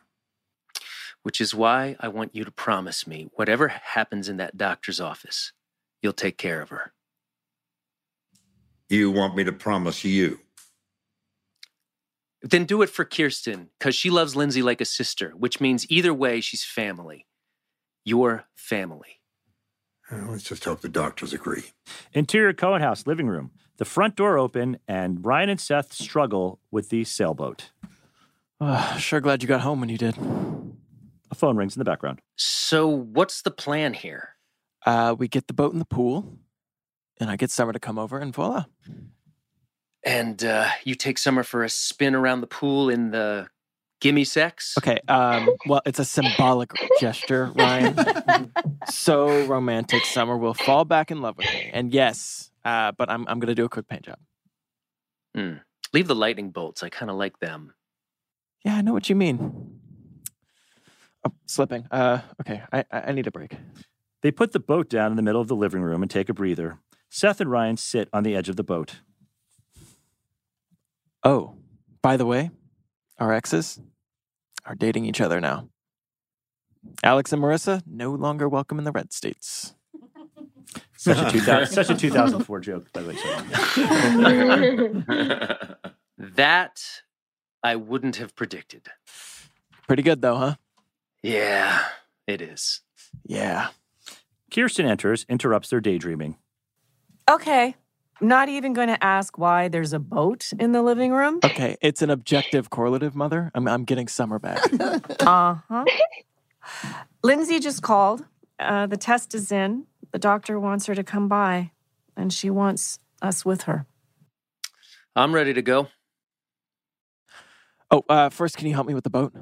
Speaker 6: which is why I want you to promise me whatever happens in that doctor's office, you'll take care of her.
Speaker 15: You want me to promise you?
Speaker 6: Then do it for Kirsten, because she loves Lindsay like a sister, which means either way, she's family. Your family.
Speaker 15: Uh, Let's just hope the doctors agree.
Speaker 3: Interior Cohen House living room. The front door open, and Ryan and Seth struggle with the sailboat.
Speaker 5: Ah, sure, glad you got home when you did.
Speaker 3: A phone rings in the background.
Speaker 6: So, what's the plan here?
Speaker 5: Uh, we get the boat in the pool, and I get Summer to come over, and voila.
Speaker 6: And uh, you take Summer for a spin around the pool in the gimme sex?
Speaker 5: Okay. Um, well, it's a symbolic gesture, Ryan. so romantic. Summer will fall back in love with me. And yes, uh, but I'm, I'm going to do a quick paint job.
Speaker 6: Hmm. Leave the lightning bolts. I kind of like them.
Speaker 5: Yeah, I know what you mean. Oh, slipping. Uh, okay, I, I I need a break.
Speaker 3: They put the boat down in the middle of the living room and take a breather. Seth and Ryan sit on the edge of the boat.
Speaker 5: Oh, by the way, our exes are dating each other now. Alex and Marissa no longer welcome in the red states.
Speaker 3: Such a 2000, such a 2004 joke, by the way. sorry.
Speaker 6: That I wouldn't have predicted.
Speaker 5: Pretty good though, huh?
Speaker 6: Yeah, it is.
Speaker 5: Yeah.
Speaker 3: Kirsten enters, interrupts their daydreaming.
Speaker 14: Okay. Not even going to ask why there's a boat in the living room.
Speaker 5: Okay, it's an objective correlative, mother. I'm, I'm getting summer back.
Speaker 14: Uh huh. Lindsay just called. Uh, the test is in. The doctor wants her to come by, and she wants us with her.
Speaker 6: I'm ready to go.
Speaker 5: Oh, uh, first, can you help me with the boat?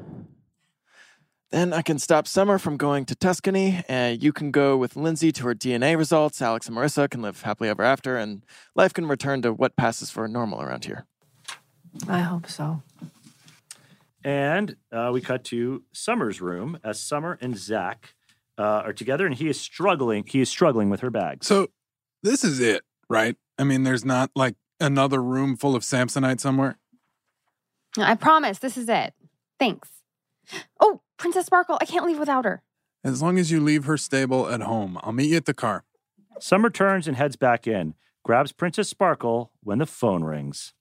Speaker 5: Then I can stop Summer from going to Tuscany, and you can go with Lindsay to her DNA results. Alex and Marissa can live happily ever after, and life can return to what passes for normal around here.
Speaker 14: I hope so.
Speaker 3: And uh, we cut to Summer's room as Summer and Zach uh, are together, and he is struggling. He is struggling with her bags.
Speaker 4: So this is it, right? I mean, there's not like another room full of Samsonite somewhere.
Speaker 2: I promise, this is it. Thanks. Oh, Princess Sparkle, I can't leave without her.
Speaker 4: As long as you leave her stable at home, I'll meet you at the car.
Speaker 3: Summer turns and heads back in, grabs Princess Sparkle when the phone rings.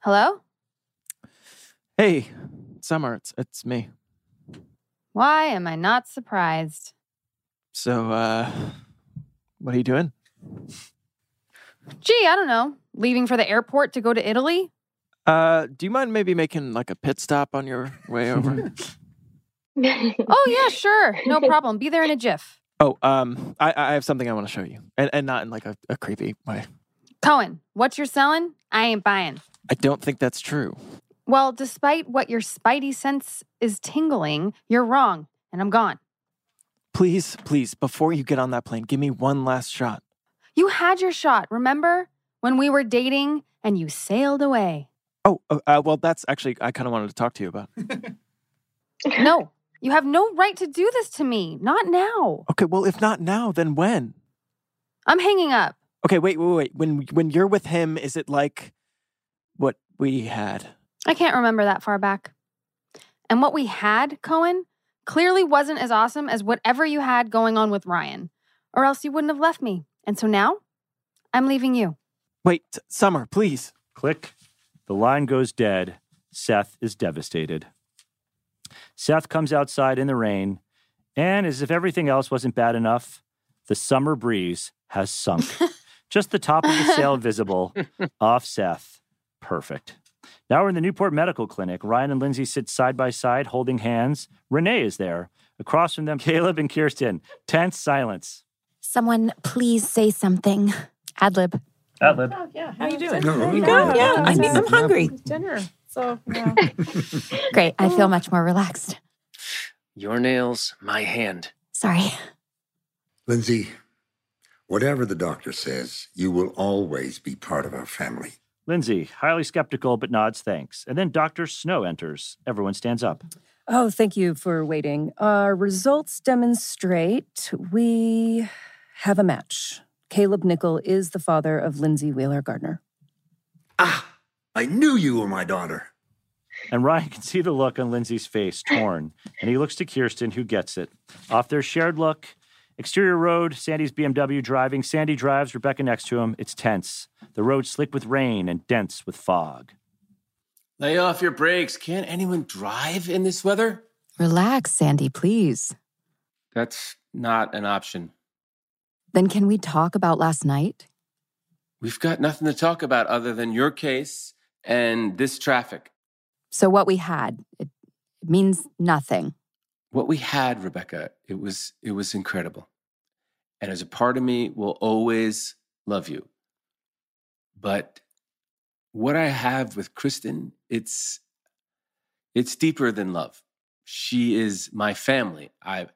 Speaker 2: Hello?
Speaker 5: Hey, Summer, it's, it's me.
Speaker 2: Why am I not surprised?
Speaker 5: So, uh, what are you doing?
Speaker 2: Gee, I don't know. Leaving for the airport to go to Italy?
Speaker 5: Uh, do you mind maybe making like a pit stop on your way over?
Speaker 2: oh, yeah, sure. No problem. Be there in a jiff.
Speaker 5: oh, um, I, I have something I want to show you, and, and not in like a, a creepy way.
Speaker 2: Cohen, what you're selling, I ain't buying.
Speaker 5: I don't think that's true.
Speaker 2: Well, despite what your spidey sense is tingling, you're wrong, and I'm gone.
Speaker 5: Please, please, before you get on that plane, give me one last shot.
Speaker 2: You had your shot, remember? When we were dating and you sailed away.
Speaker 5: Oh, uh, uh, well, that's actually, I kind of wanted to talk to you about.
Speaker 2: no, you have no right to do this to me. Not now.
Speaker 5: Okay, well, if not now, then when?
Speaker 2: I'm hanging up.
Speaker 5: Okay, wait, wait, wait. When, when you're with him, is it like what we had?
Speaker 2: I can't remember that far back. And what we had, Cohen, clearly wasn't as awesome as whatever you had going on with Ryan, or else you wouldn't have left me. And so now, I'm leaving you.
Speaker 5: Wait, Summer, please.
Speaker 3: Click. The line goes dead. Seth is devastated. Seth comes outside in the rain, and as if everything else wasn't bad enough, the summer breeze has sunk. Just the top of the sail visible off Seth. Perfect. Now we're in the Newport Medical Clinic. Ryan and Lindsay sit side by side, holding hands. Renee is there. Across from them, Caleb and Kirsten. Tense silence.
Speaker 11: Someone please say something. Adlib.
Speaker 3: Adlib.
Speaker 12: Oh,
Speaker 10: Yeah. How you doing?
Speaker 3: No, no,
Speaker 10: you good?
Speaker 3: no.
Speaker 10: Yeah. I mean, I'm
Speaker 11: Nothing
Speaker 10: hungry.
Speaker 11: happened.
Speaker 10: Dinner. So yeah.
Speaker 11: Great. I feel much more relaxed.
Speaker 6: Your nails, my hand.
Speaker 11: Sorry.
Speaker 15: Lindsay, whatever the doctor says, you will always be part of our family.
Speaker 3: Lindsay, highly skeptical, but nods thanks. And then Dr. Snow enters. Everyone stands up.
Speaker 12: Oh, thank you for waiting. Our results demonstrate we have a match. Caleb Nickel is the father of Lindsay Wheeler Gardner.
Speaker 15: I knew you were my daughter.
Speaker 3: And Ryan can see the look on Lindsay's face, torn. And he looks to Kirsten, who gets it. Off their shared look, exterior road, Sandy's BMW driving. Sandy drives, Rebecca next to him. It's tense. The road slick with rain and dense with fog.
Speaker 7: Lay off your brakes. Can't anyone drive in this weather?
Speaker 11: Relax, Sandy, please.
Speaker 7: That's not an option.
Speaker 11: Then can we talk about last night?
Speaker 7: We've got nothing to talk about other than your case and this traffic.
Speaker 11: So, what we had, it means nothing.
Speaker 7: What we had, Rebecca, it was it was incredible. And as a part of me will always love you. But what I have with Kristen, it's it's deeper than love. She is my family. I've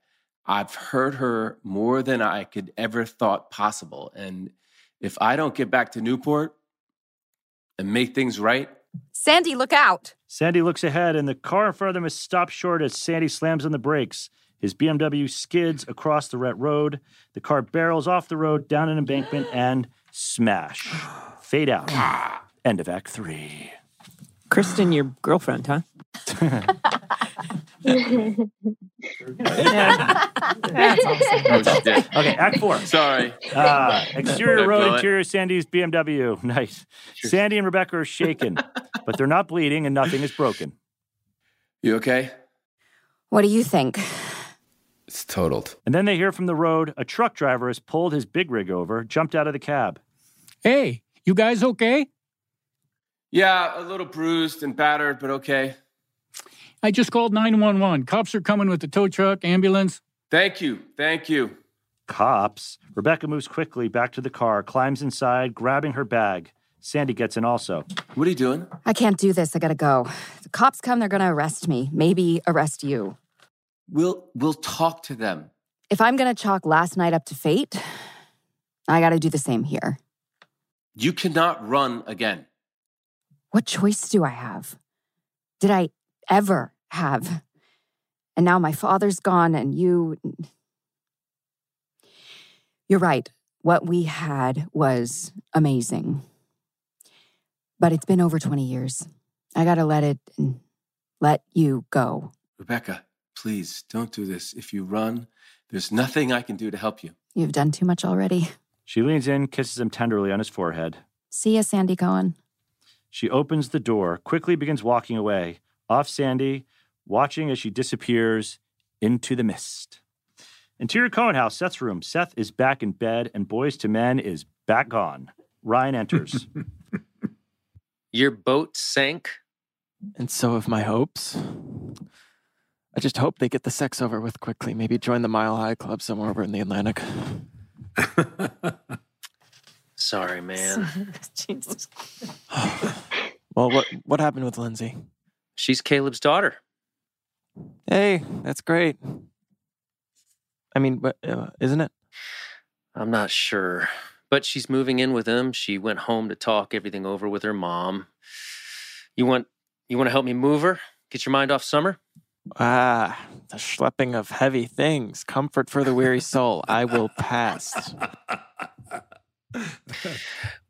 Speaker 7: I've heard her more than I could ever thought possible. And if I don't get back to Newport and make things right,
Speaker 11: Sandy, look out.
Speaker 3: Sandy looks ahead, and the car in front of them is stopped short as Sandy slams on the brakes. His BMW skids across the wet road. The car barrels off the road, down an embankment, and smash. Fade out.
Speaker 7: Ah.
Speaker 3: End of Act Three.
Speaker 1: Kristen, your girlfriend, huh?
Speaker 10: That's awesome.
Speaker 7: oh shit.
Speaker 3: Okay, Act Four.
Speaker 7: Sorry.
Speaker 3: Ah,
Speaker 7: Did
Speaker 3: exterior
Speaker 7: I
Speaker 3: road,
Speaker 7: blow it?
Speaker 3: interior Sandy's BMW. Nice. Sandy and Rebecca are shaken, but they're not bleeding and nothing is broken.
Speaker 7: You okay?
Speaker 11: What do you think?
Speaker 7: It's totaled.
Speaker 3: And then they hear from the road a truck driver has pulled his big rig over, jumped out of the cab.
Speaker 9: Hey, you guys okay?
Speaker 7: Yeah, a little bruised and battered, but okay.
Speaker 9: I just called 911. Cops are coming with the tow truck, ambulance.
Speaker 7: Thank you. Thank you.
Speaker 3: Cops. Rebecca moves quickly back to the car, climbs inside, grabbing her bag. Sandy gets in also.
Speaker 7: What are you doing?
Speaker 11: I can't do this. I gotta go. If the cops come, they're gonna arrest me, maybe arrest you.
Speaker 7: We'll we'll talk to them.
Speaker 11: If I'm gonna chalk last night up to fate, I gotta do the same here.
Speaker 7: You cannot run again.
Speaker 11: What choice do I have? Did I ever have? And now my father's gone, and you. You're right. What we had was amazing. But it's been over 20 years. I gotta let it let you go.
Speaker 7: Rebecca, please don't do this. If you run, there's nothing I can do to help you.
Speaker 11: You've done too much already.
Speaker 3: She leans in, kisses him tenderly on his forehead.
Speaker 11: See ya, Sandy Cohen.
Speaker 3: She opens the door, quickly begins walking away, off Sandy, watching as she disappears into the mist. Interior Cohen house, Seth's room. Seth is back in bed, and Boys to Men is back on. Ryan enters.
Speaker 6: Your boat sank.
Speaker 5: And so have my hopes. I just hope they get the sex over with quickly. Maybe join the Mile High Club somewhere over in the Atlantic.
Speaker 6: Sorry, man.
Speaker 10: Jesus.
Speaker 5: Well, what what happened with Lindsay?
Speaker 6: She's Caleb's daughter.
Speaker 5: Hey, that's great. I mean, but, uh, isn't it?
Speaker 6: I'm not sure. But she's moving in with him. She went home to talk everything over with her mom. You want you want to help me move her? Get your mind off summer?
Speaker 5: Ah, the schlepping of heavy things, comfort for the weary soul. I will pass.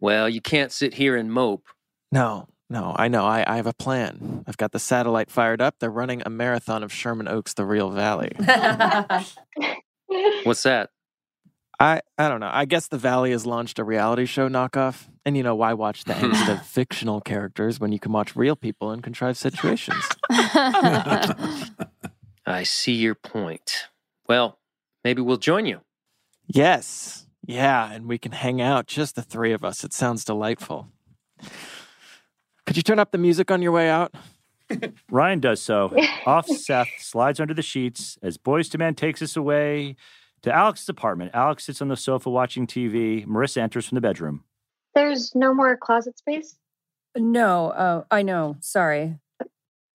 Speaker 6: Well, you can't sit here and mope.
Speaker 5: No, no, I know. I, I have a plan. I've got the satellite fired up. They're running a marathon of Sherman Oaks, the real valley.
Speaker 6: What's that?
Speaker 5: I, I don't know. I guess the Valley has launched a reality show knockoff. And you know, why watch the ends of fictional characters when you can watch real people in contrived situations?
Speaker 6: I see your point. Well, maybe we'll join you.
Speaker 5: Yes. Yeah. And we can hang out, just the three of us. It sounds delightful. Could you turn up the music on your way out?
Speaker 3: Ryan does so. Off Seth slides under the sheets as Boys to Man takes us away to Alex's apartment. Alex sits on the sofa watching TV. Marissa enters from the bedroom.
Speaker 13: There's no more closet space?
Speaker 12: No, uh, I know. Sorry.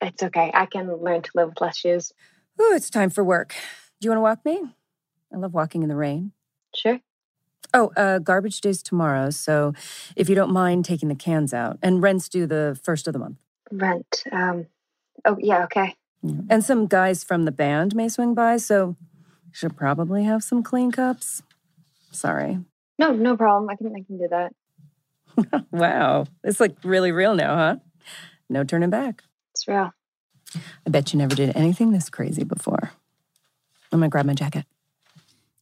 Speaker 13: It's okay. I can learn to live with less shoes.
Speaker 12: Ooh, it's time for work. Do you want to walk me? I love walking in the rain.
Speaker 13: Sure.
Speaker 12: Oh, uh, garbage day's tomorrow, so if you don't mind taking the cans out, and rent's due the first of the month.
Speaker 13: Rent. Um, oh, yeah, okay.
Speaker 12: And some guys from the band may swing by, so should probably have some clean cups. Sorry.
Speaker 13: No, no problem. I can, I can do that.
Speaker 12: Wow. It's like really real now, huh? No turning back.
Speaker 13: It's real.
Speaker 12: I bet you never did anything this crazy before. I'm gonna grab my jacket.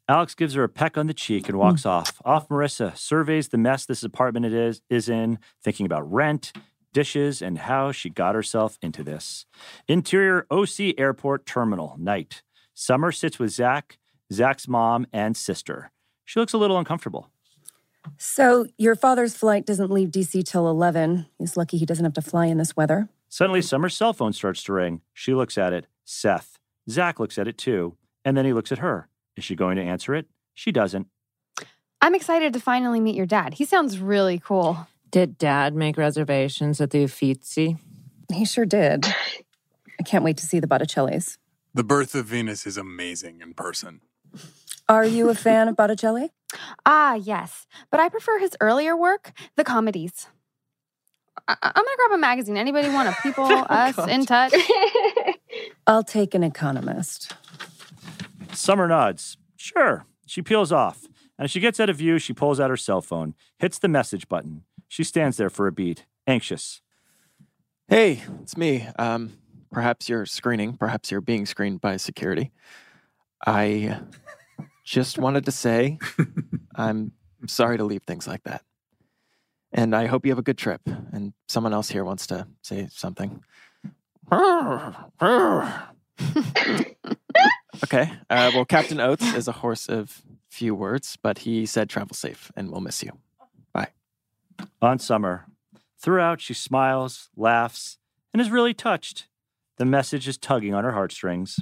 Speaker 3: Alex gives her a peck on the cheek and walks off. Off Marissa surveys the mess this apartment it is is in, thinking about rent, dishes, and how she got herself into this. Interior OC Airport Terminal, night. Summer sits with Zach, Zach's mom, and sister. She looks a little uncomfortable.
Speaker 12: So, your father's flight doesn't leave DC till 11. He's lucky he doesn't have to fly in this weather.
Speaker 3: Suddenly, Summer's cell phone starts to ring. She looks at it. Seth. Zach looks at it too, and then he looks at her. Is she going to answer it? She doesn't.
Speaker 2: I'm excited to finally meet your dad. He sounds really cool.
Speaker 1: Did dad make reservations at the Uffizi?
Speaker 12: He sure did. I can't wait to see the Botticellis.
Speaker 4: The birth of Venus is amazing in person.
Speaker 12: Are you a fan of Botticelli?
Speaker 2: Ah, yes. But I prefer his earlier work, the comedies. I- I- am going to grab a magazine. Anybody want a People,
Speaker 12: Oh,
Speaker 2: Us, In Touch?
Speaker 12: I'll take an economist.
Speaker 3: Summer nods. Sure. She peels off. And as she gets out of view, she pulls out her cell phone, hits the message button. She stands there for a beat, anxious.
Speaker 5: Hey, it's me. Um, perhaps you're screening, perhaps you're being screened by security. I just wanted to say I'm sorry to leave things like that. And I hope you have a good trip. And someone else here wants to say something. okay. Uh, well, Captain Oates is a horse of few words, but he said travel safe and we'll miss you.
Speaker 3: On Summer. Throughout, she smiles, laughs, and is really touched. The message is tugging on her heartstrings.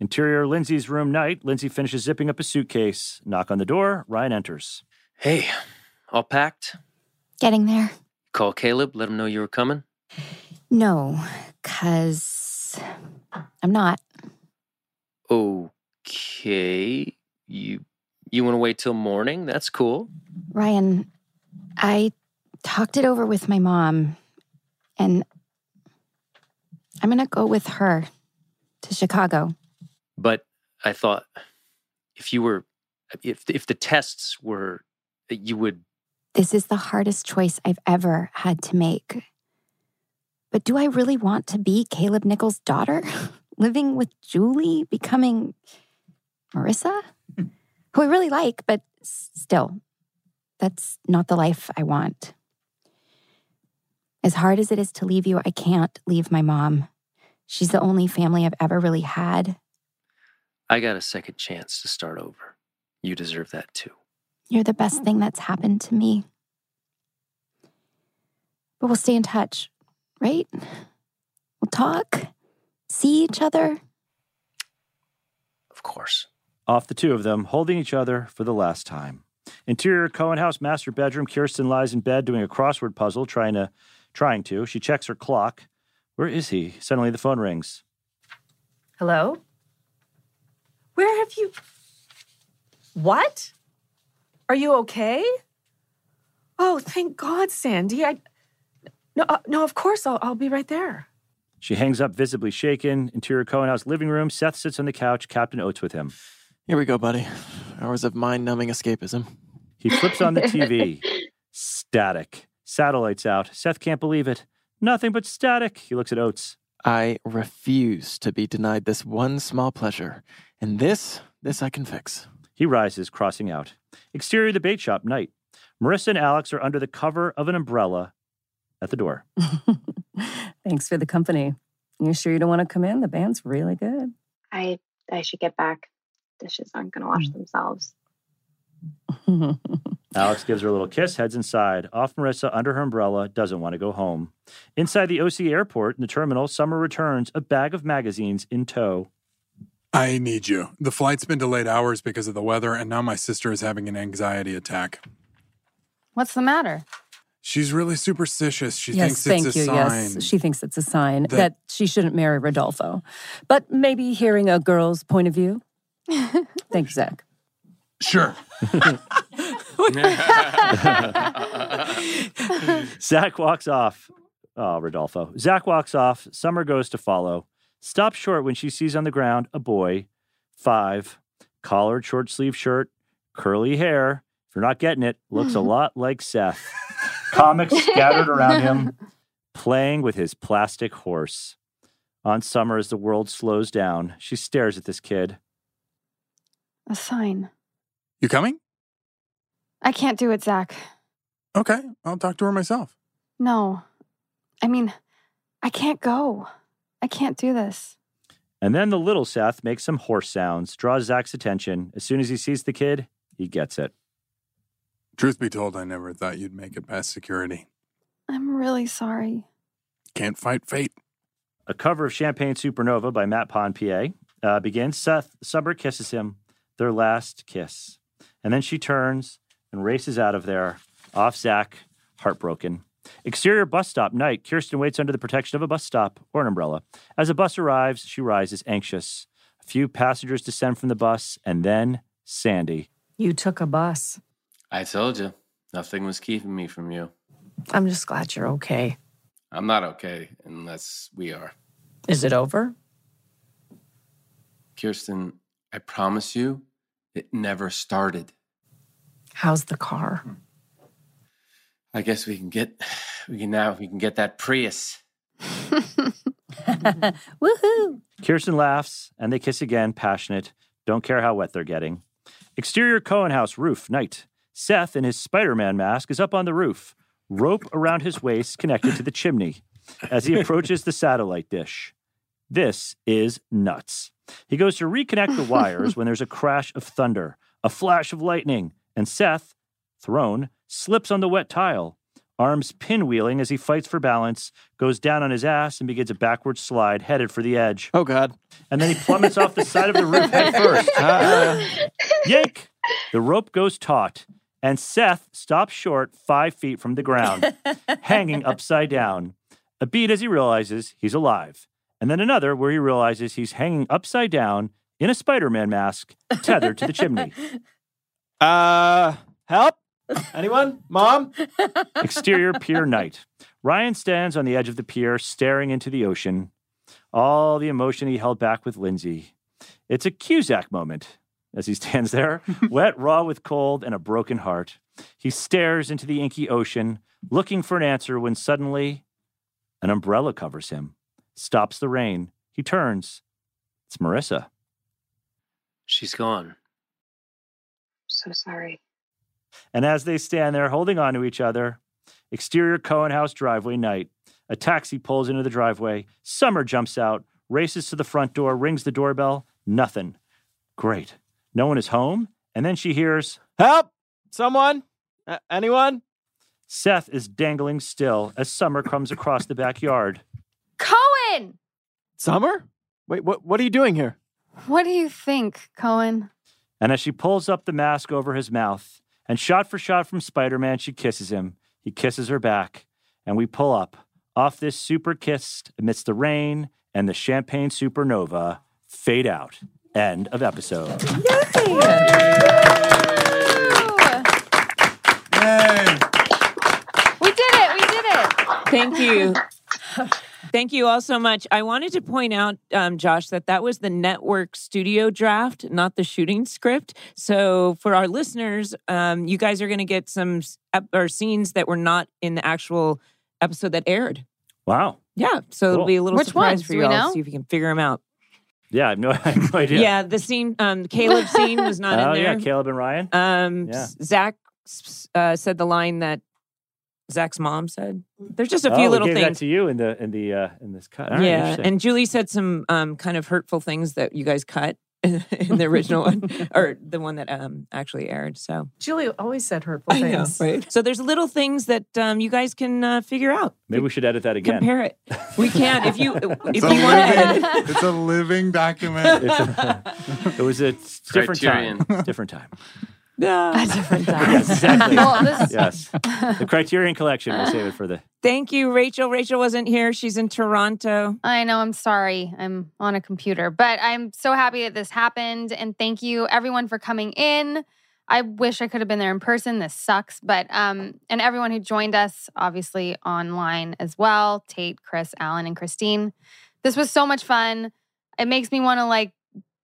Speaker 3: Interior Lindsay's room night. Lindsay finishes zipping up a suitcase. Knock on the door. Ryan enters.
Speaker 6: Hey, all packed?
Speaker 11: Getting there.
Speaker 6: Call Caleb, let him know you were coming.
Speaker 11: No, because I'm not.
Speaker 6: Okay. You you want to wait till morning? That's cool.
Speaker 11: Ryan, I talked it over with my mom, and I'm going to go with her to Chicago.
Speaker 6: But I thought if you were if if the tests were you would
Speaker 11: This is the hardest choice I've ever had to make. But do I really want to be Caleb Nichols' daughter? Living with Julie, becoming Marissa? Who I really like, but s- still, that's not the life I want. As hard as it is to leave you, I can't leave my mom. She's the only family I've ever really had.
Speaker 6: I got a second chance to start over. You deserve that too.
Speaker 11: You're the best thing that's happened to me. But we'll stay in touch, right? We'll talk, see each other.
Speaker 6: Of course.
Speaker 3: Off the two of them, holding each other for the last time. Interior Cohen House master bedroom. Kirsten lies in bed doing a crossword puzzle, trying to trying to. She checks her clock. Where is he? Suddenly the phone rings.
Speaker 10: Hello? Where have you
Speaker 14: What? Are you okay? Oh, thank God, Sandy. I no, uh, no. Of course, I'll, I'll be right there.
Speaker 3: She hangs up, visibly shaken. Interior Cohen House living room. Seth sits on the couch. Captain Oates with him.
Speaker 5: Here we go, buddy. Hours of mind numbing escapism.
Speaker 3: He flips on the TV. static. Satellites out. Seth can't believe it. Nothing but static. He looks at Oates.
Speaker 5: I refuse to be denied this one small pleasure. And this, this I can fix.
Speaker 3: He rises, crossing out. Exterior of the bait shop, night. Marissa and Alex are under the cover of an umbrella at the door.
Speaker 12: Thanks for the company. You sure you don't want to come in? The band's really good.
Speaker 13: I I should get back. Dishes aren't gonna wash themselves.
Speaker 3: Alex gives her a little kiss, heads inside. Off Marissa under her umbrella, doesn't want to go home. Inside the OC airport in the terminal, Summer returns, a bag of magazines in tow.
Speaker 4: I need you. The flight's been delayed hours because of the weather, and now my sister is having an anxiety attack.
Speaker 2: What's the matter?
Speaker 4: She's really superstitious. She
Speaker 12: yes,
Speaker 4: thinks it's
Speaker 12: thank
Speaker 4: a
Speaker 12: you.
Speaker 4: sign.
Speaker 12: Yes, she thinks it's a sign
Speaker 4: that-
Speaker 12: that, she shouldn't marry Rodolfo. But maybe hearing a girl's point of view. Thanks, Zach.
Speaker 4: Sure.
Speaker 3: Zach walks off. Oh, Rodolfo. Zach walks off. Summer goes to follow. Stops short when she sees on the ground a boy, five, collared short sleeve shirt, curly hair. If you're not getting it, looks a lot like Seth. Comics scattered around him, playing with his plastic horse. On summer, as the world slows down, she stares at this kid.
Speaker 2: A sign.
Speaker 4: You coming?
Speaker 2: I can't do it, Zach.
Speaker 4: Okay, I'll talk to her myself.
Speaker 2: No. I mean, I can't go. I can't do this.
Speaker 3: And then the little Seth makes some horse sounds, draws Zach's attention. As soon as he sees the kid, he gets it.
Speaker 4: Truth be told, I never thought you'd make it past security.
Speaker 2: I'm really sorry.
Speaker 4: Can't fight fate.
Speaker 3: A cover of Champagne Supernova by Matt Pond, PA, uh, begins. Seth Summer kisses him, their last kiss. And then she turns and races out of there, off Zach, heartbroken. Exterior bus stop night. Kirsten waits under the protection of a bus stop or an umbrella. As a bus arrives, she rises anxious. A few passengers descend from the bus, and then Sandy.
Speaker 14: You took a bus.
Speaker 7: I told you, nothing was keeping me from you.
Speaker 14: I'm just glad you're okay.
Speaker 7: I'm not okay unless we are.
Speaker 14: Is it over?
Speaker 7: Kirsten, I promise you, it never started.
Speaker 14: How's the car?
Speaker 10: Hmm.
Speaker 7: I guess we can get we can now we can get that Prius.
Speaker 12: Woohoo!
Speaker 3: Kirsten laughs, and they kiss again, passionate. Don't care how wet they're getting. Exterior Cohen House roof, night. Seth in his Spider Man mask is up on the roof, rope around his waist connected to the chimney as he approaches the satellite dish. This is nuts. He goes to reconnect the wires when there's a crash of thunder, a flash of lightning, and Seth, thrown, slips on the wet tile. Arms pinwheeling as he fights for balance, goes down on his ass, and begins a backward slide headed for the edge.
Speaker 5: Oh, God.
Speaker 3: And then he plummets off the side of the roof head first.
Speaker 5: Uh-huh.
Speaker 3: Yank! The rope goes taut, and Seth stops short five feet from the ground, hanging upside down. A beat as he realizes he's alive, and then another where he realizes he's hanging upside down in a Spider Man mask tethered to the chimney.
Speaker 5: Uh, help? Anyone? Mom?
Speaker 3: Exterior pier night. Ryan stands on the edge of the pier, staring into the ocean. All the emotion he held back with Lindsay. It's a Cusack moment as he stands there, wet, raw with cold and a broken heart. He stares into the inky ocean, looking for an answer when suddenly an umbrella covers him, stops the rain. He turns. It's Marissa.
Speaker 6: She's gone.
Speaker 13: so sorry.
Speaker 3: And as they stand there holding on to each other, exterior Cohen House driveway night, a taxi pulls into the driveway. Summer jumps out, races to the front door, rings the doorbell. Nothing. Great. No one is home. And then she hears,
Speaker 5: Help! Someone? A- anyone?
Speaker 3: Seth is dangling still as Summer comes across the backyard.
Speaker 2: Cohen!
Speaker 5: Summer? Wait, what, what are you doing here?
Speaker 2: What do you think, Cohen?
Speaker 3: And as she pulls up the mask over his mouth, and shot for shot from Spider Man, she kisses him. He kisses her back, and we pull up off this super kiss amidst the rain and the champagne supernova. Fade out. End of episode.
Speaker 1: Thank you. Thank you all so much. I wanted to point out, um, Josh, that that was the network studio draft, not the shooting script. So for our listeners, um, you guys are going to get some s- ep- or scenes that were not in the actual episode that aired.
Speaker 3: Wow.
Speaker 1: Yeah, so
Speaker 3: Cool.
Speaker 1: it'll be a little
Speaker 2: Which
Speaker 1: surprise
Speaker 2: ones?
Speaker 1: for
Speaker 2: Do
Speaker 1: you
Speaker 2: we
Speaker 1: all.
Speaker 2: know?
Speaker 1: See if you can figure them out.
Speaker 3: Yeah, I have no, I have no idea.
Speaker 1: Yeah, the scene, um, Caleb scene was not
Speaker 3: oh,
Speaker 1: in there.
Speaker 3: yeah, Caleb and Ryan.
Speaker 1: Um,
Speaker 3: Yeah.
Speaker 1: S- Zach s- uh, said the line that Zach's mom said. There's just a few
Speaker 3: Oh,
Speaker 1: little
Speaker 3: we gave
Speaker 1: things.
Speaker 3: That to you in the in the uh, in this cut. All right,
Speaker 1: yeah,
Speaker 3: interesting.
Speaker 1: and Julie said some um, kind of hurtful things that you guys cut in the original one, or the one that um, actually aired. So
Speaker 10: Julie always said hurtful things.
Speaker 1: So there's little things that um, you guys can uh, figure out.
Speaker 3: Maybe we should edit that again.
Speaker 1: Compare it. We can if you if
Speaker 4: It's
Speaker 1: you
Speaker 4: a,
Speaker 1: want
Speaker 4: living,
Speaker 1: to.
Speaker 4: it's a living document.
Speaker 3: it was a different time.
Speaker 7: Criterion.
Speaker 3: Different time.
Speaker 1: A
Speaker 10: different
Speaker 3: Yes, exactly.
Speaker 1: Well, this-
Speaker 3: Yes, the Criterion Collection. We'll save it for the.
Speaker 1: Thank you, Rachel. Rachel wasn't here. She's in Toronto.
Speaker 2: I know, I'm sorry. I'm on a computer, but I'm so happy that this happened. And thank you everyone for coming in. I wish I could have been there in person. This sucks. But, um, and everyone who joined us, obviously online as well Tate, Chris, Alan, and Christine. This was so much fun. It makes me want to like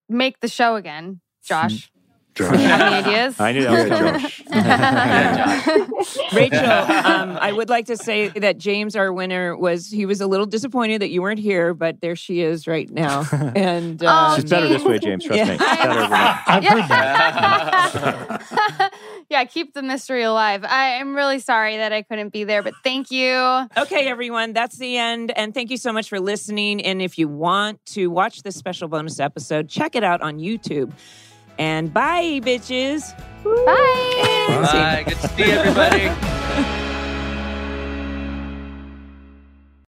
Speaker 2: make the show again. Josh, do you have any ideas?
Speaker 3: I knew that was a joke.
Speaker 1: Rachel, um, I would like to say that James, our winner, was he was a little disappointed that you weren't here, but there she is right now. And um,
Speaker 3: Oh, She's better this way, James. Trust
Speaker 1: Yeah.
Speaker 3: me. Better over there.
Speaker 2: I've heard yeah, keep the mystery alive. I am really sorry that I couldn't be there, but thank you.
Speaker 1: Okay, everyone, that's the end. And thank you so much for listening. And if you want to watch this special bonus episode, check it out on YouTube. And bye, bitches.
Speaker 2: Bye.
Speaker 1: Bye.
Speaker 6: Bye. Good to see everybody.